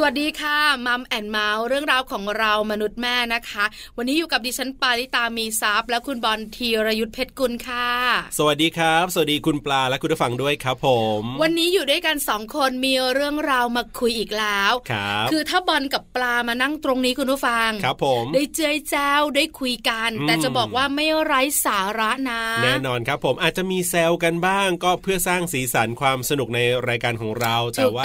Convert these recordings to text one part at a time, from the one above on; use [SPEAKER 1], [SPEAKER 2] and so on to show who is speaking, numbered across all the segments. [SPEAKER 1] สวัสดีค่ะมัมแอนเมาส์เรื่องราวของเรามนุษย์แม่นะคะ วันนี้อยู่กับดิฉันปาริตามีซัพย์และคุณบอลธีรยุทธเพชรกุลค่ะ
[SPEAKER 2] สวัสดีครับ สวัสดีคุณปลาและคุณผู้ฟังด้วยครับผม
[SPEAKER 1] วันนี้อยู่ด้วยกันสองคนมีเรื่องราวมาคุยอีกแล้ว
[SPEAKER 2] ครับ
[SPEAKER 1] อถ้าบอลกับปลามานั่งตรงนี้คุณผู้ฟัง
[SPEAKER 2] ครับผม
[SPEAKER 1] ได้เจยแจ้วได้คุยกัน
[SPEAKER 2] อืม
[SPEAKER 1] แต่จะบอกว่าไม่ไร้สาระนะ
[SPEAKER 2] แน่นอนครับผมอาจจะมีแซลกันบ้าง ก็เพื่อสร้างสีสันความสนุกในรายการของเรา แต่ว่า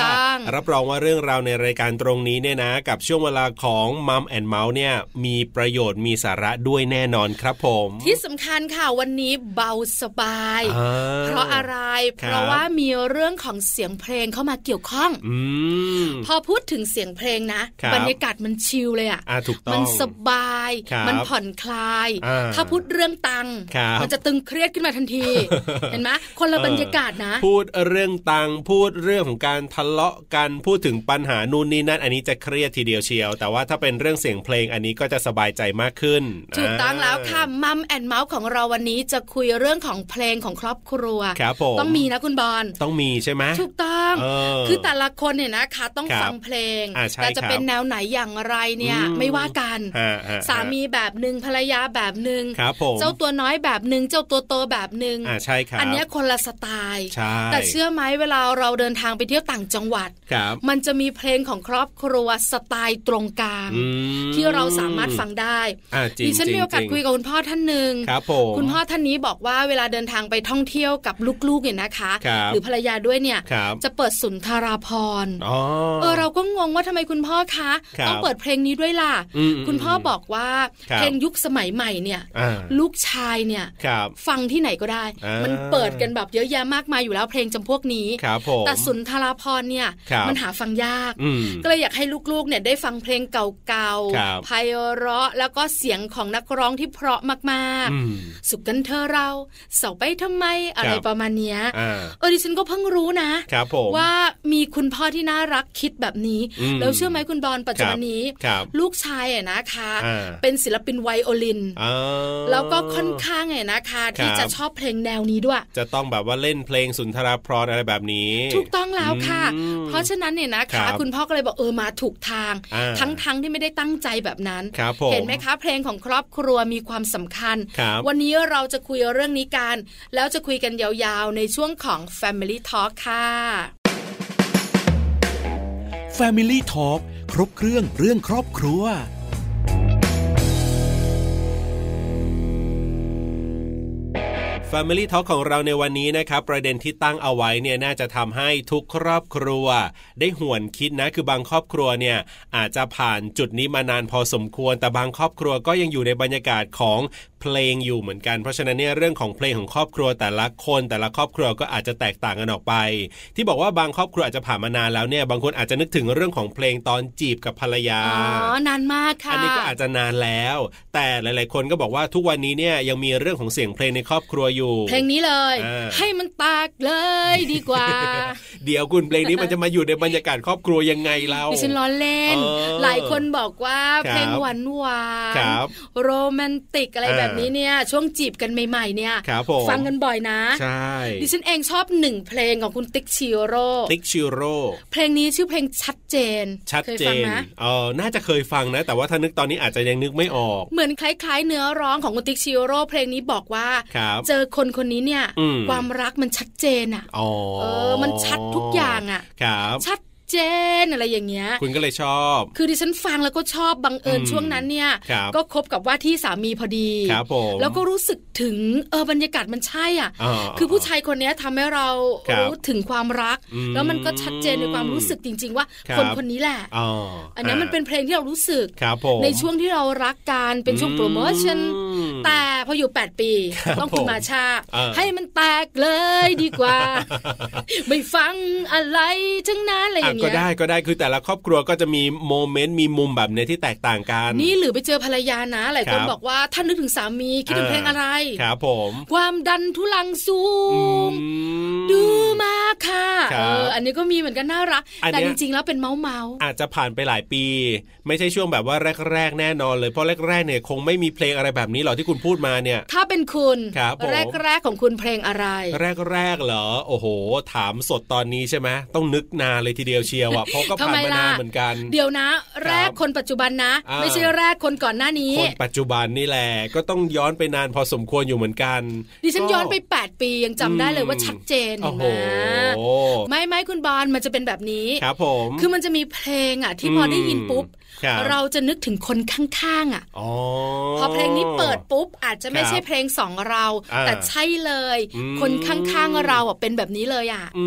[SPEAKER 2] รับรองว่าเรื่องราวในรายการตรงนี้เนี่ยนะ กับช่วงเวลาของมัมแอนเมาส์เนี่ยมีประโยชน์มีสาระด้วยแน่นอนครับผม
[SPEAKER 1] ที่สำคัญค่ะวันนี้เบาสบาย
[SPEAKER 2] อ่
[SPEAKER 1] เพราะอะไร
[SPEAKER 2] ค
[SPEAKER 1] เพ
[SPEAKER 2] รับ
[SPEAKER 1] ราะว่ามีเรื่องของเสียงเพลงเข้ามาเกี่ยวข้อง
[SPEAKER 2] อืม
[SPEAKER 1] พอพูดถึงเสียงเพลงนะ
[SPEAKER 2] ครับ
[SPEAKER 1] บรรยากาศมันชิลเลยอ่ะ
[SPEAKER 2] อ่าถูกต้
[SPEAKER 1] มั
[SPEAKER 2] อง
[SPEAKER 1] นสบาย
[SPEAKER 2] ครับ
[SPEAKER 1] มันผ่อนคลาย
[SPEAKER 2] อ่า
[SPEAKER 1] ถ้าพูดเรื่องตังค์
[SPEAKER 2] ครับ
[SPEAKER 1] มันจะตึงเครียดขึ้นมาทันที เห็นไหมคนละ
[SPEAKER 2] เออ
[SPEAKER 1] บรรยากาศนะ
[SPEAKER 2] พูดเรื่องตังค์พูดเรื่องของการทะเลาะกันพูดถึงปัญหานู่นนี่นั่นอันนี้จะเครียดทีเดียวเชียว แต่ว่าถ้าเป็นเรื่องเสียงเพลงอันนี้ก็จะสบายใจมากขึ้น
[SPEAKER 1] ถูกต้องแล้วค่ะ
[SPEAKER 2] อ่า
[SPEAKER 1] มัมแอนเมาส์ของเราวันนี้จะคุยเรื่องของเพลงของครอบครัว
[SPEAKER 2] ครับผม
[SPEAKER 1] ต้องมีนะคุณบอล
[SPEAKER 2] ต้องมีใช่ไหม
[SPEAKER 1] ถูกต้อง
[SPEAKER 2] เออ
[SPEAKER 1] คือแต่ละคนเนี่ยนะคะต้อง
[SPEAKER 2] ครับ
[SPEAKER 1] ฟังเพลง
[SPEAKER 2] อ่าใช่
[SPEAKER 1] แต่จะ
[SPEAKER 2] ครับ
[SPEAKER 1] เป็นแนวไหนอย่างไรเนี่ย
[SPEAKER 2] อืม
[SPEAKER 1] ไม่ว่ากัน
[SPEAKER 2] ฮะฮะ
[SPEAKER 1] สามีแบบหนึ่งภรรยาแบบหนึ่ง
[SPEAKER 2] ครับผม
[SPEAKER 1] เจ้าตัวน้อยแบบหนึ่งเจ้าตัวโตแบบหนึ่ง
[SPEAKER 2] อ่าใช่ครับ
[SPEAKER 1] อันเนี้ยคนละสไตล์
[SPEAKER 2] ใช่
[SPEAKER 1] แต่เชื่อไหมเวลาเราเดินทางไปเที่ยวต่างจังหวัด
[SPEAKER 2] ครับ
[SPEAKER 1] มันจะมีเพลงของครอบครัวสไตล์ตรงกลาง
[SPEAKER 2] อืม
[SPEAKER 1] ที่เราสามารถฟังได้
[SPEAKER 2] อ่าจริง
[SPEAKER 1] ดิฉัน
[SPEAKER 2] จริง
[SPEAKER 1] มีโอกาส
[SPEAKER 2] จริง
[SPEAKER 1] คุยกับคุณพ่อท่านหนึ่ง
[SPEAKER 2] ครับผม
[SPEAKER 1] คุณพ่อท่านนี้บอกว่าเวลาเดินทางไปท่องเที่ยวกับลูกๆเนี่ยนะคะ
[SPEAKER 2] ครับ
[SPEAKER 1] หรือภรรยาด้วยเนี่ย
[SPEAKER 2] ครับ
[SPEAKER 1] จะเปิดสุนทราภรณ์
[SPEAKER 2] อ๋อ
[SPEAKER 1] เออเราก็งงว่าทำไมคุณพ่อคะ
[SPEAKER 2] ครับ
[SPEAKER 1] ต้องเปิดเพลงนี้ด้วยล่ะ
[SPEAKER 2] มม
[SPEAKER 1] คุณพ่อบอกว่า
[SPEAKER 2] ครับ
[SPEAKER 1] เพลงยุคสมัยใหม่เนี่ย
[SPEAKER 2] อ่า
[SPEAKER 1] ลูกชายเนี่ย
[SPEAKER 2] ครับ
[SPEAKER 1] ฟังที่ไหนก็ได้
[SPEAKER 2] อ่ามั
[SPEAKER 1] มันเปิดกันแบบเยอะแยะมากมายอยู่แล้วเพลงจำพวกนี้
[SPEAKER 2] ครับผม
[SPEAKER 1] แต่สุนทราพรณ์เนี่ย
[SPEAKER 2] ครับ
[SPEAKER 1] มันหาฟังยาก
[SPEAKER 2] อืม
[SPEAKER 1] ก็เลยอยากให้ลูกๆเนี่ยได้ฟังเพลงเก่า
[SPEAKER 2] ครับ
[SPEAKER 1] ไพเราะแล้วก็เสียงของนักร้องที่เพราะมาก
[SPEAKER 2] อืม
[SPEAKER 1] ๆ สุขกันเธอะเราเสาไปทำไมอะไร
[SPEAKER 2] ครับ
[SPEAKER 1] ประมาณเนี้ย
[SPEAKER 2] อ่า
[SPEAKER 1] เออดิฉันก็เพิ่งรู้นะ
[SPEAKER 2] ครับผม
[SPEAKER 1] ว่ามีคุณพ่อที่น่ารักคิดแบบนี้
[SPEAKER 2] อืม
[SPEAKER 1] แล้วเชื่อไหมคุณบอลปัจจุบันนี้
[SPEAKER 2] ครับ
[SPEAKER 1] ลูกชายอะนะคะ
[SPEAKER 2] อ่า
[SPEAKER 1] เป็นศิลปินไวโอลิน
[SPEAKER 2] อ่า
[SPEAKER 1] แล้วก็ค่อนข้างไงนะคะ ที่
[SPEAKER 2] ครับ
[SPEAKER 1] จะชอบเพลงแนวนี้ด้วย
[SPEAKER 2] จะต้องแบบว่าเล่นเพลงสุนทราพรณ์อะไรแบบนี้
[SPEAKER 1] ถูกต้องแล้วค่ะ
[SPEAKER 2] อืม
[SPEAKER 1] เพราะฉะนั้นเนี่ยนะ
[SPEAKER 2] ครั
[SPEAKER 1] คะ
[SPEAKER 2] บ
[SPEAKER 1] คุณพ่อก็เลยบอกเออมาถูกทาง
[SPEAKER 2] อ่า
[SPEAKER 1] ทั้งๆที่ไม่ได้ตั้งใจแบบนั้น
[SPEAKER 2] ครับผม
[SPEAKER 1] เห็นไหมคะ เพลงของครอบครัวมีความสำคัญ
[SPEAKER 2] ครับ
[SPEAKER 1] วันนี้เราจะคุยเรื่องนี้กัน แล้วจะคุยกันยาวๆ ในช่วงของ Family Talk ค่ะ
[SPEAKER 3] Family Talk ครบเครื่องเรื่องครอบครัว
[SPEAKER 2] Family Talk ของเราในวันนี้นะครับ ประเด็นที่ตั้งเอาไว้เนี่ยน่าจะทำให้ทุกครอบครัว ได้หวนคิดนะคือบางครอบครัวเนี่ยอาจจะผ่านจุดนี้มานานพอสมควร แต่บางครอบครัวก็ยังอยู่ในบรรยากาศของเพลงอยู่เหมือนกันเพราะฉะนั้นเนี่ยเรื่องของเพลงของครอบครัวแต่ละคนแต่ละครอบครัวก็อาจจะแตกต่างกันออกไป ที่บอกว่าบางครอบครัวอาจจะผ่านมานานแล้วเนี่ยบางคนอาจจะนึกถึงเรื่องของเพลงตอนจีบกับภรรยา
[SPEAKER 1] อ๋อนานมากค่ะ
[SPEAKER 2] อันนี้ก็อาจจะนานแล้ว แต่หลาย ๆ คนก็บอกว่าทุกวันนี้เนี่ยยังมีเรื่องของเสียงเพลงในครอบครัวอยู่
[SPEAKER 1] เพลงนี้เลย
[SPEAKER 2] อ่า
[SPEAKER 1] ให้มันตากเลยดีกว่า
[SPEAKER 2] เดี๋ยวคุณเพลงนี้มันจะมาอยู่ในบรรยากาศครอบครัวยังไงเรา
[SPEAKER 1] ดิฉันล้อเล่น
[SPEAKER 2] เออ
[SPEAKER 1] หลายคนบอกว่า
[SPEAKER 2] ครับ
[SPEAKER 1] เพลงหวานหวานๆ
[SPEAKER 2] ครับ
[SPEAKER 1] โรแมนติกอะไร
[SPEAKER 2] เออ
[SPEAKER 1] แบบนี้เนี่ย ช่วงจีบกันใหม่ๆเนี่ย
[SPEAKER 2] ครับผม
[SPEAKER 1] ฟังกันบ่อยนะ
[SPEAKER 2] ใช่
[SPEAKER 1] ดิฉันเองชอบหนึ่งเพลงของคุณติ๊กชิโร่
[SPEAKER 2] ติ๊กชิโร่
[SPEAKER 1] เพลงนี้ชื่อเพลงชัดเจน
[SPEAKER 2] ชัด
[SPEAKER 1] เคย
[SPEAKER 2] เจ
[SPEAKER 1] ฟัง
[SPEAKER 2] น
[SPEAKER 1] นะ
[SPEAKER 2] เออน่าจะเคยฟังนะ แต่ว่าถ้านึกตอนนี้อาจจะยังนึกไม่ออก
[SPEAKER 1] เหมือนคล้ายๆ เนื้อร้องของคุณติ๊กชิโร่เพลงนี้บอกว่า
[SPEAKER 2] ครับ
[SPEAKER 1] เจอคนคนนี้เนี่ย
[SPEAKER 2] อืม
[SPEAKER 1] ความรักมันชัดเจนอ่ะ
[SPEAKER 2] อ๋อ
[SPEAKER 1] เออมันชัดทุกอย่างอะ
[SPEAKER 2] ครับ
[SPEAKER 1] ชัดเจนอะไรอย่างเงี้ย
[SPEAKER 2] คุณก็เลยชอบ
[SPEAKER 1] คือดิฉันฟังแล้วก็ชอบบังเอิญ
[SPEAKER 2] อืม
[SPEAKER 1] ช่วงนั้นเนี่ย
[SPEAKER 2] ครับ
[SPEAKER 1] ก็คบกับว่าที่สามีพอดี
[SPEAKER 2] ครับผม
[SPEAKER 1] แล้วก็รู้สึกถึงเออบรรยากาศมันใช่อ่ะ
[SPEAKER 2] อ่า
[SPEAKER 1] คือผู้ชายคนเนี้ยทำให้เรา
[SPEAKER 2] ครับ
[SPEAKER 1] รู้ถึงความรัก
[SPEAKER 2] อืม
[SPEAKER 1] แล้วมันก็ชัดเจนในความรู้สึกจริง ๆ ว่า
[SPEAKER 2] ครับ
[SPEAKER 1] คนคนนี้แหละ
[SPEAKER 2] อ๋อ
[SPEAKER 1] อั
[SPEAKER 2] อั
[SPEAKER 1] นเนี้ยมันเป็นเพลงที่เรารู้สึก
[SPEAKER 2] ครับผม
[SPEAKER 1] ในช่วงที่เรารักกันเป็นช่วงโปรโมชั่น
[SPEAKER 2] อืม
[SPEAKER 1] แต่พออยู่ 8 ปี
[SPEAKER 2] ครับ
[SPEAKER 1] ต้องคุณ
[SPEAKER 2] ผม
[SPEAKER 1] มาชา
[SPEAKER 2] เออ
[SPEAKER 1] ให้มันแตกเลยดีก ว่า ไม่ฟังอะไรทั้งนั้นอะไรอ
[SPEAKER 2] อ่ะ
[SPEAKER 1] ย่าง
[SPEAKER 2] ก็
[SPEAKER 1] เงี้ย
[SPEAKER 2] ได้ก็ได้คือแต่ละครอบครัวก็จะมีโมเมนต์มีมุมแบบเนี้ยที่แตกต่างกัน
[SPEAKER 1] นี่หรือไปเจอภรรยานะหลายคน
[SPEAKER 2] ครับ
[SPEAKER 1] บอกว่าท่านนึกถึงสามีคิดถึง
[SPEAKER 2] อ่า
[SPEAKER 1] เพลงอะไร
[SPEAKER 2] ครับผม
[SPEAKER 1] ความดันทุลังสูง
[SPEAKER 2] อืม
[SPEAKER 1] ดูมาก ากค่ะ
[SPEAKER 2] ครับ
[SPEAKER 1] เอออันนี้ก็มีเหมือนกันน่ารัก
[SPEAKER 2] อัน
[SPEAKER 1] แต่
[SPEAKER 2] เนี้ย
[SPEAKER 1] จริงๆแล้วเป็นเมาส์เมาส์
[SPEAKER 2] อาจจะผ่านไปหลายปี ไม่ใช่ช่วงแบบว่าแรก ๆ แน่นอนเลยเพราะแรกๆเนี่ยคงไม่มีเพลงอะไรแบบนี้หรอกที่คุณพูดมาเนี่ย
[SPEAKER 1] ถ้าเป็นคุณ
[SPEAKER 2] ครับผม
[SPEAKER 1] แรกๆของคุณเพลงอะไร
[SPEAKER 2] แรกๆเหรอโอ้โห ถามสดตอนนี้ใช่ไหมต้องนึกนานเลยทีเดียวเชียวอ่ะเพราะก็
[SPEAKER 1] ทำ
[SPEAKER 2] ผ่าน
[SPEAKER 1] ไม
[SPEAKER 2] มา
[SPEAKER 1] ล่ะ
[SPEAKER 2] นานเหมือนกัน
[SPEAKER 1] เดี๋ยวนะ แรกคนปัจจุบันนะ
[SPEAKER 2] อ่า
[SPEAKER 1] ไม่ใช่แรกคนก่อนหน้านี้
[SPEAKER 2] คนปัจจุบันนี่แหละก็ต้องย้อนไปนานพอสมควรอยู่เหมือนกัน
[SPEAKER 1] ดิฉันย้อนไป 8 ปียังจำได้เลยว่า
[SPEAKER 2] อืม
[SPEAKER 1] ชัดเจน
[SPEAKER 2] โอ้
[SPEAKER 1] เห็น
[SPEAKER 2] โห
[SPEAKER 1] ไหมไม่ไม่คุณบอลมันจะเป็นแบบนี้
[SPEAKER 2] ครับผม
[SPEAKER 1] คือมันจะมีเพลงอ่ะ ที่พอได้ยินปุ๊บ
[SPEAKER 2] คบ
[SPEAKER 1] เราจะนึกถึงคนข้างๆอ่ะ
[SPEAKER 2] อ๋อ
[SPEAKER 1] พอเพลงนี้เปิดปุ๊บ อาจจะไม่
[SPEAKER 2] ครับ
[SPEAKER 1] ใช่เพลงสองเรา
[SPEAKER 2] อ่า
[SPEAKER 1] แต่ใช่เลย
[SPEAKER 2] อืม
[SPEAKER 1] คนข้างๆเราอ่ะเป็นแบบนี้เลยอ่ะ
[SPEAKER 2] อื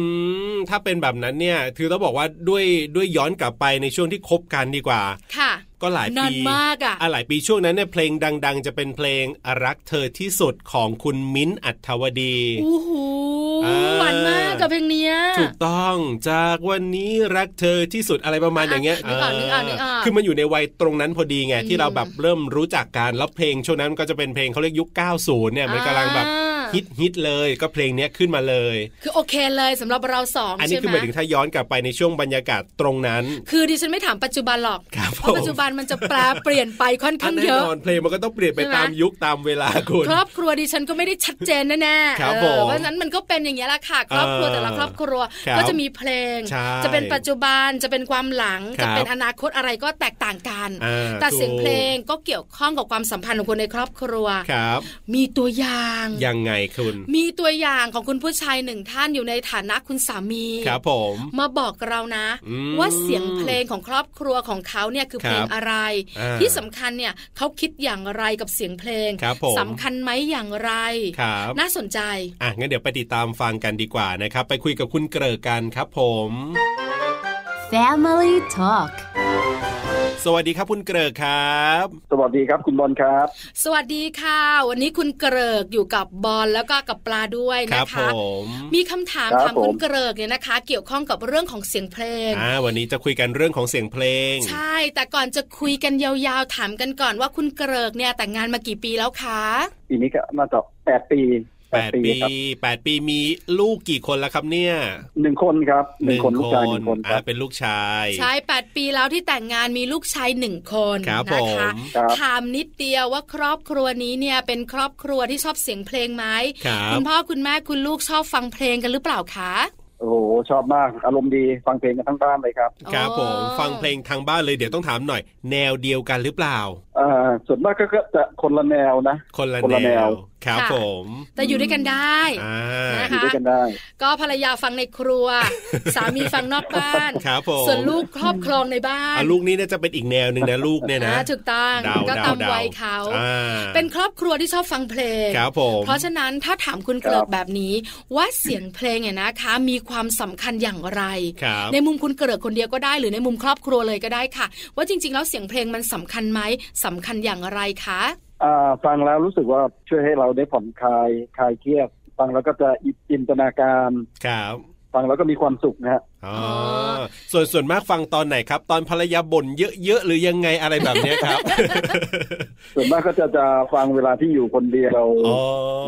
[SPEAKER 2] มถ้าเป็นแบบนั้นเนี่ยคือต้องบอกว่าด้วยด้วยย้อนกลับไปในช่วงที่คบกันดีกว่า
[SPEAKER 1] ค่ะ
[SPEAKER 2] ก็หลายปี
[SPEAKER 1] นานมากอะ
[SPEAKER 2] หลายปีช่วงนั้นเนี่ยเพลงดัง ๆ จะเป็นเพลงรักเธอที่สุดของคุณมิ้นท์อัทวดี
[SPEAKER 1] โอ้โห
[SPEAKER 2] อ่า
[SPEAKER 1] หวานมากกับเพลงเนี้ย
[SPEAKER 2] ถูกต้องจากวันนี้รักเธอที่สุดอะไรประมาณอย่างเงี้ย
[SPEAKER 1] อ่ะนึกออกนึกออกนึกออก
[SPEAKER 2] คือมันอยู่ในวัยตรงนั้นพอดีไงที่
[SPEAKER 1] อืม
[SPEAKER 2] เราแบบเริ่มรู้จักกันแล้วเพลงช่วงนั้นก็จะเป็นเพลงเขาเรียกยุค 90 เนี่ยมันกำลังแบบ
[SPEAKER 1] อ่า
[SPEAKER 2] ฮิตฮิตๆเลย ก็เพลงเนี้ยขึ้นมาเลย
[SPEAKER 1] คือโอเคเลยสำหรับเราสอง
[SPEAKER 2] อันนี้
[SPEAKER 1] ใช่
[SPEAKER 2] คือห
[SPEAKER 1] ไหม
[SPEAKER 2] มายถึงถ้าย้อนกลับไปในช่วงบรรยากาศตรงนั้น
[SPEAKER 1] คือดิฉันไม่ถามปัจจุบันหรอก
[SPEAKER 2] ครับ
[SPEAKER 1] เพราะ
[SPEAKER 2] ผม
[SPEAKER 1] ปัจจุบันมันจะแปลเปลี่ยนไปค่อน
[SPEAKER 2] อั
[SPEAKER 1] ข้านง
[SPEAKER 2] แน่
[SPEAKER 1] เยอะ
[SPEAKER 2] นอนเพลงมันก็ต้องเปลี่ยนไป
[SPEAKER 1] ใช่ไหม
[SPEAKER 2] ตามยุคตามเวลาคุณ
[SPEAKER 1] ครอบครัวดิฉันก็ไม่ได้ชัดเจนแน่ๆ
[SPEAKER 2] ครับ
[SPEAKER 1] เออ
[SPEAKER 2] ผม
[SPEAKER 1] เพราะฉะนั้นมันก็เป็นอย่างนี้ยแหละค่ะ ครอบครัว
[SPEAKER 2] เออ
[SPEAKER 1] แต่ละครอบครัว
[SPEAKER 2] ครับ
[SPEAKER 1] ก็จะมีเพลง
[SPEAKER 2] ใช่
[SPEAKER 1] จะเป็นปัจจุบันจะเป็นความหลัง
[SPEAKER 2] ครับ
[SPEAKER 1] จะเป็นอนาคตอะไรก็แตกต่างกัน
[SPEAKER 2] อ่า
[SPEAKER 1] แต่เสียง
[SPEAKER 2] ถูก
[SPEAKER 1] เพลงก็เกี่ยวข้องกับความสัมพันธ์ของคนในครอบครัว
[SPEAKER 2] ครับ
[SPEAKER 1] มีตัวอย่าง
[SPEAKER 2] ยังไงคุณ
[SPEAKER 1] มีตัวอย่างของคุณผู้ชายหนึ่งท่านอยู่ในฐานะคุณสามี
[SPEAKER 2] ครับผม
[SPEAKER 1] มาบอกเรานะ
[SPEAKER 2] อืม
[SPEAKER 1] ว่าเสียงเพลงของครอบครัวของเขาเนี่ยคือ
[SPEAKER 2] ครั
[SPEAKER 1] เพ
[SPEAKER 2] บ
[SPEAKER 1] ลงอะไร
[SPEAKER 2] อ่า
[SPEAKER 1] ที่สำคัญเนี่ยเขาคิดอย่างไรกับเสียงเพลง
[SPEAKER 2] ครับผม
[SPEAKER 1] สำคัญไหมอย่างไร
[SPEAKER 2] ครับ
[SPEAKER 1] น่าสนใจ
[SPEAKER 2] อ่ะงั้นเดี๋ยวไปติดตามฟังกันดีกว่านะครับ ไปคุยกับคุณเกริกกันครับผม
[SPEAKER 4] Family Talk
[SPEAKER 2] สวัสดีครับคุณเกริกครับ
[SPEAKER 5] สวัสดีครับคุณบอลครับ
[SPEAKER 1] สวัสดีค่ะ วันนี้คุณเกริกอยู่กับบอลแล้วก็กับปลาด้วย
[SPEAKER 2] ครั
[SPEAKER 1] นะคะ
[SPEAKER 2] ผม
[SPEAKER 1] มีคำถาม
[SPEAKER 5] ครับ
[SPEAKER 1] ถามคุณ
[SPEAKER 5] ผม
[SPEAKER 1] เกริกเนี่ยนะคะ เกี่ยวข้องกับเรื่องของเสียงเพลง
[SPEAKER 2] อ่า วันนี้จะคุยกันเรื่องของเสียงเพลง
[SPEAKER 1] ใช่ แต่ก่อนจะคุยกันยาวๆถามกันก่อนว่าคุณเกริกเนี่ยแต่งงานมากี่ปีแล้วคะ
[SPEAKER 5] ปีนี้ก็น่าจะแปดปี
[SPEAKER 2] 8 ปี
[SPEAKER 5] ครับ
[SPEAKER 2] 8 ปีมีลูกกี่คนแล้วครับเนี่ย
[SPEAKER 5] หนึ่งคนครับหนึ่งคนลูกชายหนึ่งคนค
[SPEAKER 2] อ่า
[SPEAKER 5] รับ
[SPEAKER 2] เป็นลูกชาย
[SPEAKER 1] ใช่แปดปีแล้วที่แต่งงานมีลูกชายหนึ่งคน
[SPEAKER 2] ครับผ
[SPEAKER 1] นะคะ
[SPEAKER 2] ม
[SPEAKER 5] ครับ
[SPEAKER 1] ถามนิดเดียวว่าครอบครัวนี้เนี่ยเป็นครอบครัวที่ชอบเสียงเพลงไหม
[SPEAKER 2] ครับ
[SPEAKER 1] ณพ่อคุณแม่คุณลูกชอบฟังเพลงกันหรือเปล่าคะ
[SPEAKER 5] โอ้โหชอบมากอารมณ์ดีฟังเพลงกันทั้งบ้านเลยครับ
[SPEAKER 2] ครับผม
[SPEAKER 1] อ๋อ
[SPEAKER 2] ฟังเพลงทางบ้านเลยเดี๋ยวต้องถามหน่อย แนวเดียวกันหรือเปล่า
[SPEAKER 5] เอ่อส่วนมากก็จะคนละแนวนะ
[SPEAKER 2] คนละ
[SPEAKER 5] คน
[SPEAKER 2] แน
[SPEAKER 5] ละแน
[SPEAKER 2] ว
[SPEAKER 5] ว
[SPEAKER 2] ครับ
[SPEAKER 1] ค่ะ
[SPEAKER 2] ผม
[SPEAKER 1] แต่อยู่ด้วยกันได้
[SPEAKER 2] อ่า
[SPEAKER 1] นะ
[SPEAKER 5] อ
[SPEAKER 1] คะ
[SPEAKER 5] ยู่ด้วยกันได้
[SPEAKER 1] ก็ภรรยาฟังในค รัว สามีฟังนอกบ้าน
[SPEAKER 2] ครับผม
[SPEAKER 1] ส่วนลูกครอบครองในบ้าน
[SPEAKER 2] อ่ะลูกนี่น่าจะเป็นอีกแนวหนึ่งนะลูกเนี่ยนะ
[SPEAKER 1] อ่าถูกต้อง
[SPEAKER 2] เดา
[SPEAKER 1] ก็
[SPEAKER 2] เด
[SPEAKER 1] ตาม
[SPEAKER 2] เด
[SPEAKER 1] วัยเขา
[SPEAKER 2] อ่
[SPEAKER 1] เป็นครอบครัวที่ชอบฟังเพลง
[SPEAKER 2] ครับผม
[SPEAKER 1] เพราะฉะนั้นถ้าถามคุณเกริกแบบนี้ ว่าเสียงเพลงเนี่ยนะคะ มีความสำคัญอย่างไร
[SPEAKER 2] ครับ
[SPEAKER 1] ในมุมคุณเกริกคนเดียวก็ได้หรือในมุมครอบครัวเลยก็ได้ค่ะ ว่าจริง ๆ แล้วเสียงเพลงมันสำคัญไหมสำคัญอย่างไรคะ
[SPEAKER 5] อ่าฟังแล้วรู้สึกว่าช่วยให้เราได้ผ่อนคลายคลายเครียดฟังแล้วก็จะอิจินตนาการ
[SPEAKER 2] ครับ
[SPEAKER 5] ฟังแล้วก็มีความสุขนะฮะ
[SPEAKER 2] อ๋อ
[SPEAKER 1] อ๋อ
[SPEAKER 2] ส่วนส่วนมากฟังตอนไหนครับ ตอนภรรยาบ่นเยอะๆหรือยังไงอะไรแบบเนี้ยครับ
[SPEAKER 5] ส่วนมากก็จะจะฟังเวลาที่อยู่คนเดียว
[SPEAKER 2] อ๋อ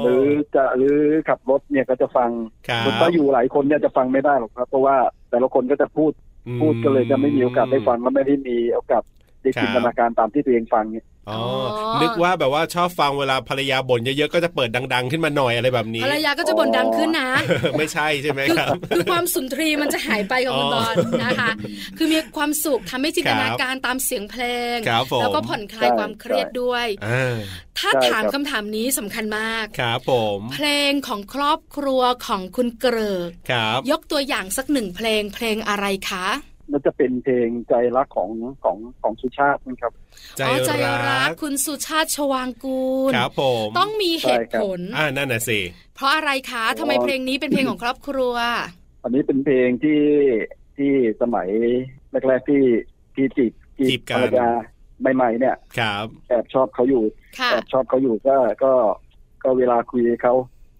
[SPEAKER 5] หรือจะหรือขับรถเนี่ยก็จะฟัง
[SPEAKER 2] ครับ
[SPEAKER 5] ส่วนถ้าอยู่หลายคนเนี่ยจะฟังไม่ได้หรอกครับ เพราะว่าแต่ละคนก็จะพูด
[SPEAKER 2] ม
[SPEAKER 5] พูดก็เลยจะไม่มีโอกาสได้ฟังและไม่ได้มีโอกาสได้
[SPEAKER 2] ครับ
[SPEAKER 5] จินตนาการตามที่ตัวเองฟังเนี่ย
[SPEAKER 2] อ๋อ
[SPEAKER 1] อ๋อ
[SPEAKER 2] นึกว่าแบบว่าชอบฟังเวลาภรรยาบ่นเยอะๆก็จะเปิดดัง ๆ ขึ้นมาหน่อยอะไรแบบนี้
[SPEAKER 1] ภรรยาก็จะบ่นดังขึ้นนะ
[SPEAKER 2] ไม่ใช่ใช่ไหม
[SPEAKER 1] คือ
[SPEAKER 2] ครับ
[SPEAKER 1] คือความสุนทรีมันจะหายไปกับคุณ
[SPEAKER 2] อ๋
[SPEAKER 1] บ
[SPEAKER 2] อ
[SPEAKER 1] อลนะคะ คือมีความสุขทำให้จินตนาการตามเสียงเพลง
[SPEAKER 2] ครับผม
[SPEAKER 1] แล้วก็ผ่อนคลายความเครียดด้วย
[SPEAKER 2] อ่า
[SPEAKER 1] ถ้าถามคำถามนี้สำคัญมาก
[SPEAKER 2] ครับผม
[SPEAKER 1] เพลงของครอบครัวของคุณเกริก
[SPEAKER 2] ครับ
[SPEAKER 1] ยกตัวอย่างสักหนึ่งเพลงเพลงอะไรคะ
[SPEAKER 5] มันจะเป็นเพลงใจรักของของของสุชาตินะครับ
[SPEAKER 2] ใจ
[SPEAKER 1] อ๋อใจ
[SPEAKER 2] รั
[SPEAKER 1] รั
[SPEAKER 2] ก
[SPEAKER 1] กคุณสุชาติชวางกูล
[SPEAKER 2] ครับผม
[SPEAKER 1] ต้องมีเหตุผล
[SPEAKER 2] อ่านั่นน่ะสิ
[SPEAKER 1] เพราะอะไรคะทำไม
[SPEAKER 5] อ๋อ
[SPEAKER 1] เพลงนี้เป็นเพลงของครอบครัว
[SPEAKER 5] อันนี้เป็นเพลงที่ที่สมัยแรกๆที่ที่จีบ
[SPEAKER 2] จีบกัน
[SPEAKER 5] ภรรยาใหม่ๆเนี่ย
[SPEAKER 2] ครับ
[SPEAKER 5] แอบชอบเขาอยู่
[SPEAKER 1] ค่ะ
[SPEAKER 5] แอบชอบเขาอยู่ก็ก็ก็เวลาคุยกับเขา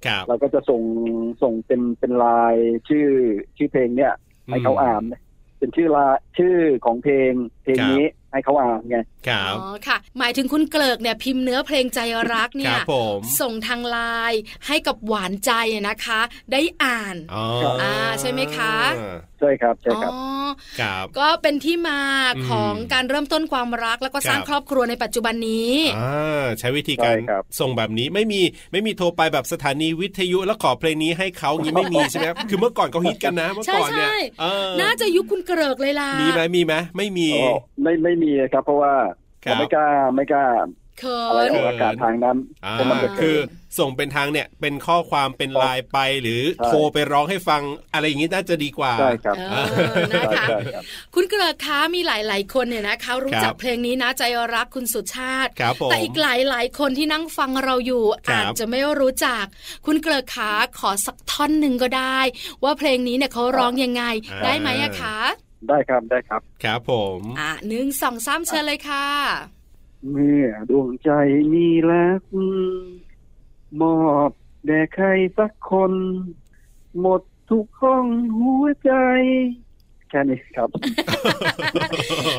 [SPEAKER 2] ครับ
[SPEAKER 5] เราก็จะส่งส่งเป็นเป็นลายชื่อชื่อเพลงเนี่ยให้เขา
[SPEAKER 2] ม
[SPEAKER 5] อ่านเป็นชื่อลาชื่อของเพลงเพลง
[SPEAKER 2] ครับ
[SPEAKER 5] นี้ ให้เขาอ่านไง
[SPEAKER 2] ครับ
[SPEAKER 1] อ๋อค่ะ หมายถึงคุณเกลิกเนี่ยพิมพ์เนื้อเพลงใจรัก
[SPEAKER 2] ค
[SPEAKER 1] เนี่ย
[SPEAKER 2] รับผม
[SPEAKER 1] ส่งทางไลน์ให้กับหวานใจนะคะ ได้อ่าน
[SPEAKER 2] อ๋อ
[SPEAKER 1] อ่าใช่ไหมคะ
[SPEAKER 5] ใช่ครับใช่
[SPEAKER 1] อ๋
[SPEAKER 5] ครับ
[SPEAKER 1] อ
[SPEAKER 2] ครับ
[SPEAKER 1] ก็เป็นที่มา
[SPEAKER 2] อืม
[SPEAKER 1] ของการเริ่มต้นความรักแล้วก็สร้าง
[SPEAKER 2] ครับ
[SPEAKER 1] ครอบครัวในปัจจุบันนี้
[SPEAKER 2] อ่าใช้วิธีการ
[SPEAKER 5] ใช่ครับ
[SPEAKER 2] ส่งแบบนี้ไม่มีไม่มีโทรไปแบบสถานีวิทยุแล้วขอเพลงนี้ให้เขาอย่างนี้ไม่มีใช่ไหมครับคือเมื่อก่อนเขาฮิตกันนะเมื่อก่อนเนี่ย
[SPEAKER 1] ใช่ใช่
[SPEAKER 2] เออ
[SPEAKER 1] น่าจะยุคคุณเกริกเลยล่ะ
[SPEAKER 2] มีไหมมีไหมไม่มี
[SPEAKER 5] อ๋อไม่ไม่มีครับ เพราะว่า
[SPEAKER 2] ครับ
[SPEAKER 5] ไม่กล้าไม่กล้า
[SPEAKER 1] เขิ
[SPEAKER 5] อะไร
[SPEAKER 1] น
[SPEAKER 5] ออกอากาศทางนั้น
[SPEAKER 2] อ่า
[SPEAKER 5] เพราะมันจะ
[SPEAKER 1] คื
[SPEAKER 2] คื
[SPEAKER 5] เกิ
[SPEAKER 2] อ
[SPEAKER 5] ด
[SPEAKER 2] ส่งเป็นทางเนี่ยเป็นข้อความเป็นไลน์ไปหรือ
[SPEAKER 5] ใช่
[SPEAKER 2] โทรไปร้องให้ฟังอะไรอย่างนี้น่าจะดีกว่า
[SPEAKER 5] ใช่ครับ
[SPEAKER 1] เออนะคะ
[SPEAKER 5] ใช่ครับ
[SPEAKER 1] คุณเกริกคะมีหลาย ๆ คนเนี่ยนะคะรู้จัก
[SPEAKER 2] ครับ
[SPEAKER 1] เพลงนี้นะใจรักคุณสุชาติ
[SPEAKER 2] ครับผม
[SPEAKER 1] แต่อีกหลายหลายๆคนที่นั่งฟังเราอยู่
[SPEAKER 2] ครับ
[SPEAKER 1] อาจจะไม่รู้จัก คุณเกริกขาขอสักท่อนหนึ่งก็ได้ ว่าเพลงนี้เนี่ยเขาร้องยังไง ได้ไหมอะคะ
[SPEAKER 5] ได้ครับได้ครับ
[SPEAKER 2] ครับผม
[SPEAKER 1] อ่ะหนึ่งสองสามเชิญเลยค่ะ
[SPEAKER 5] เมื่อดวงใจมีรัก มอบแด่ใครสักคน หมดทุกข้องหัวใจ แค่นี้ครับ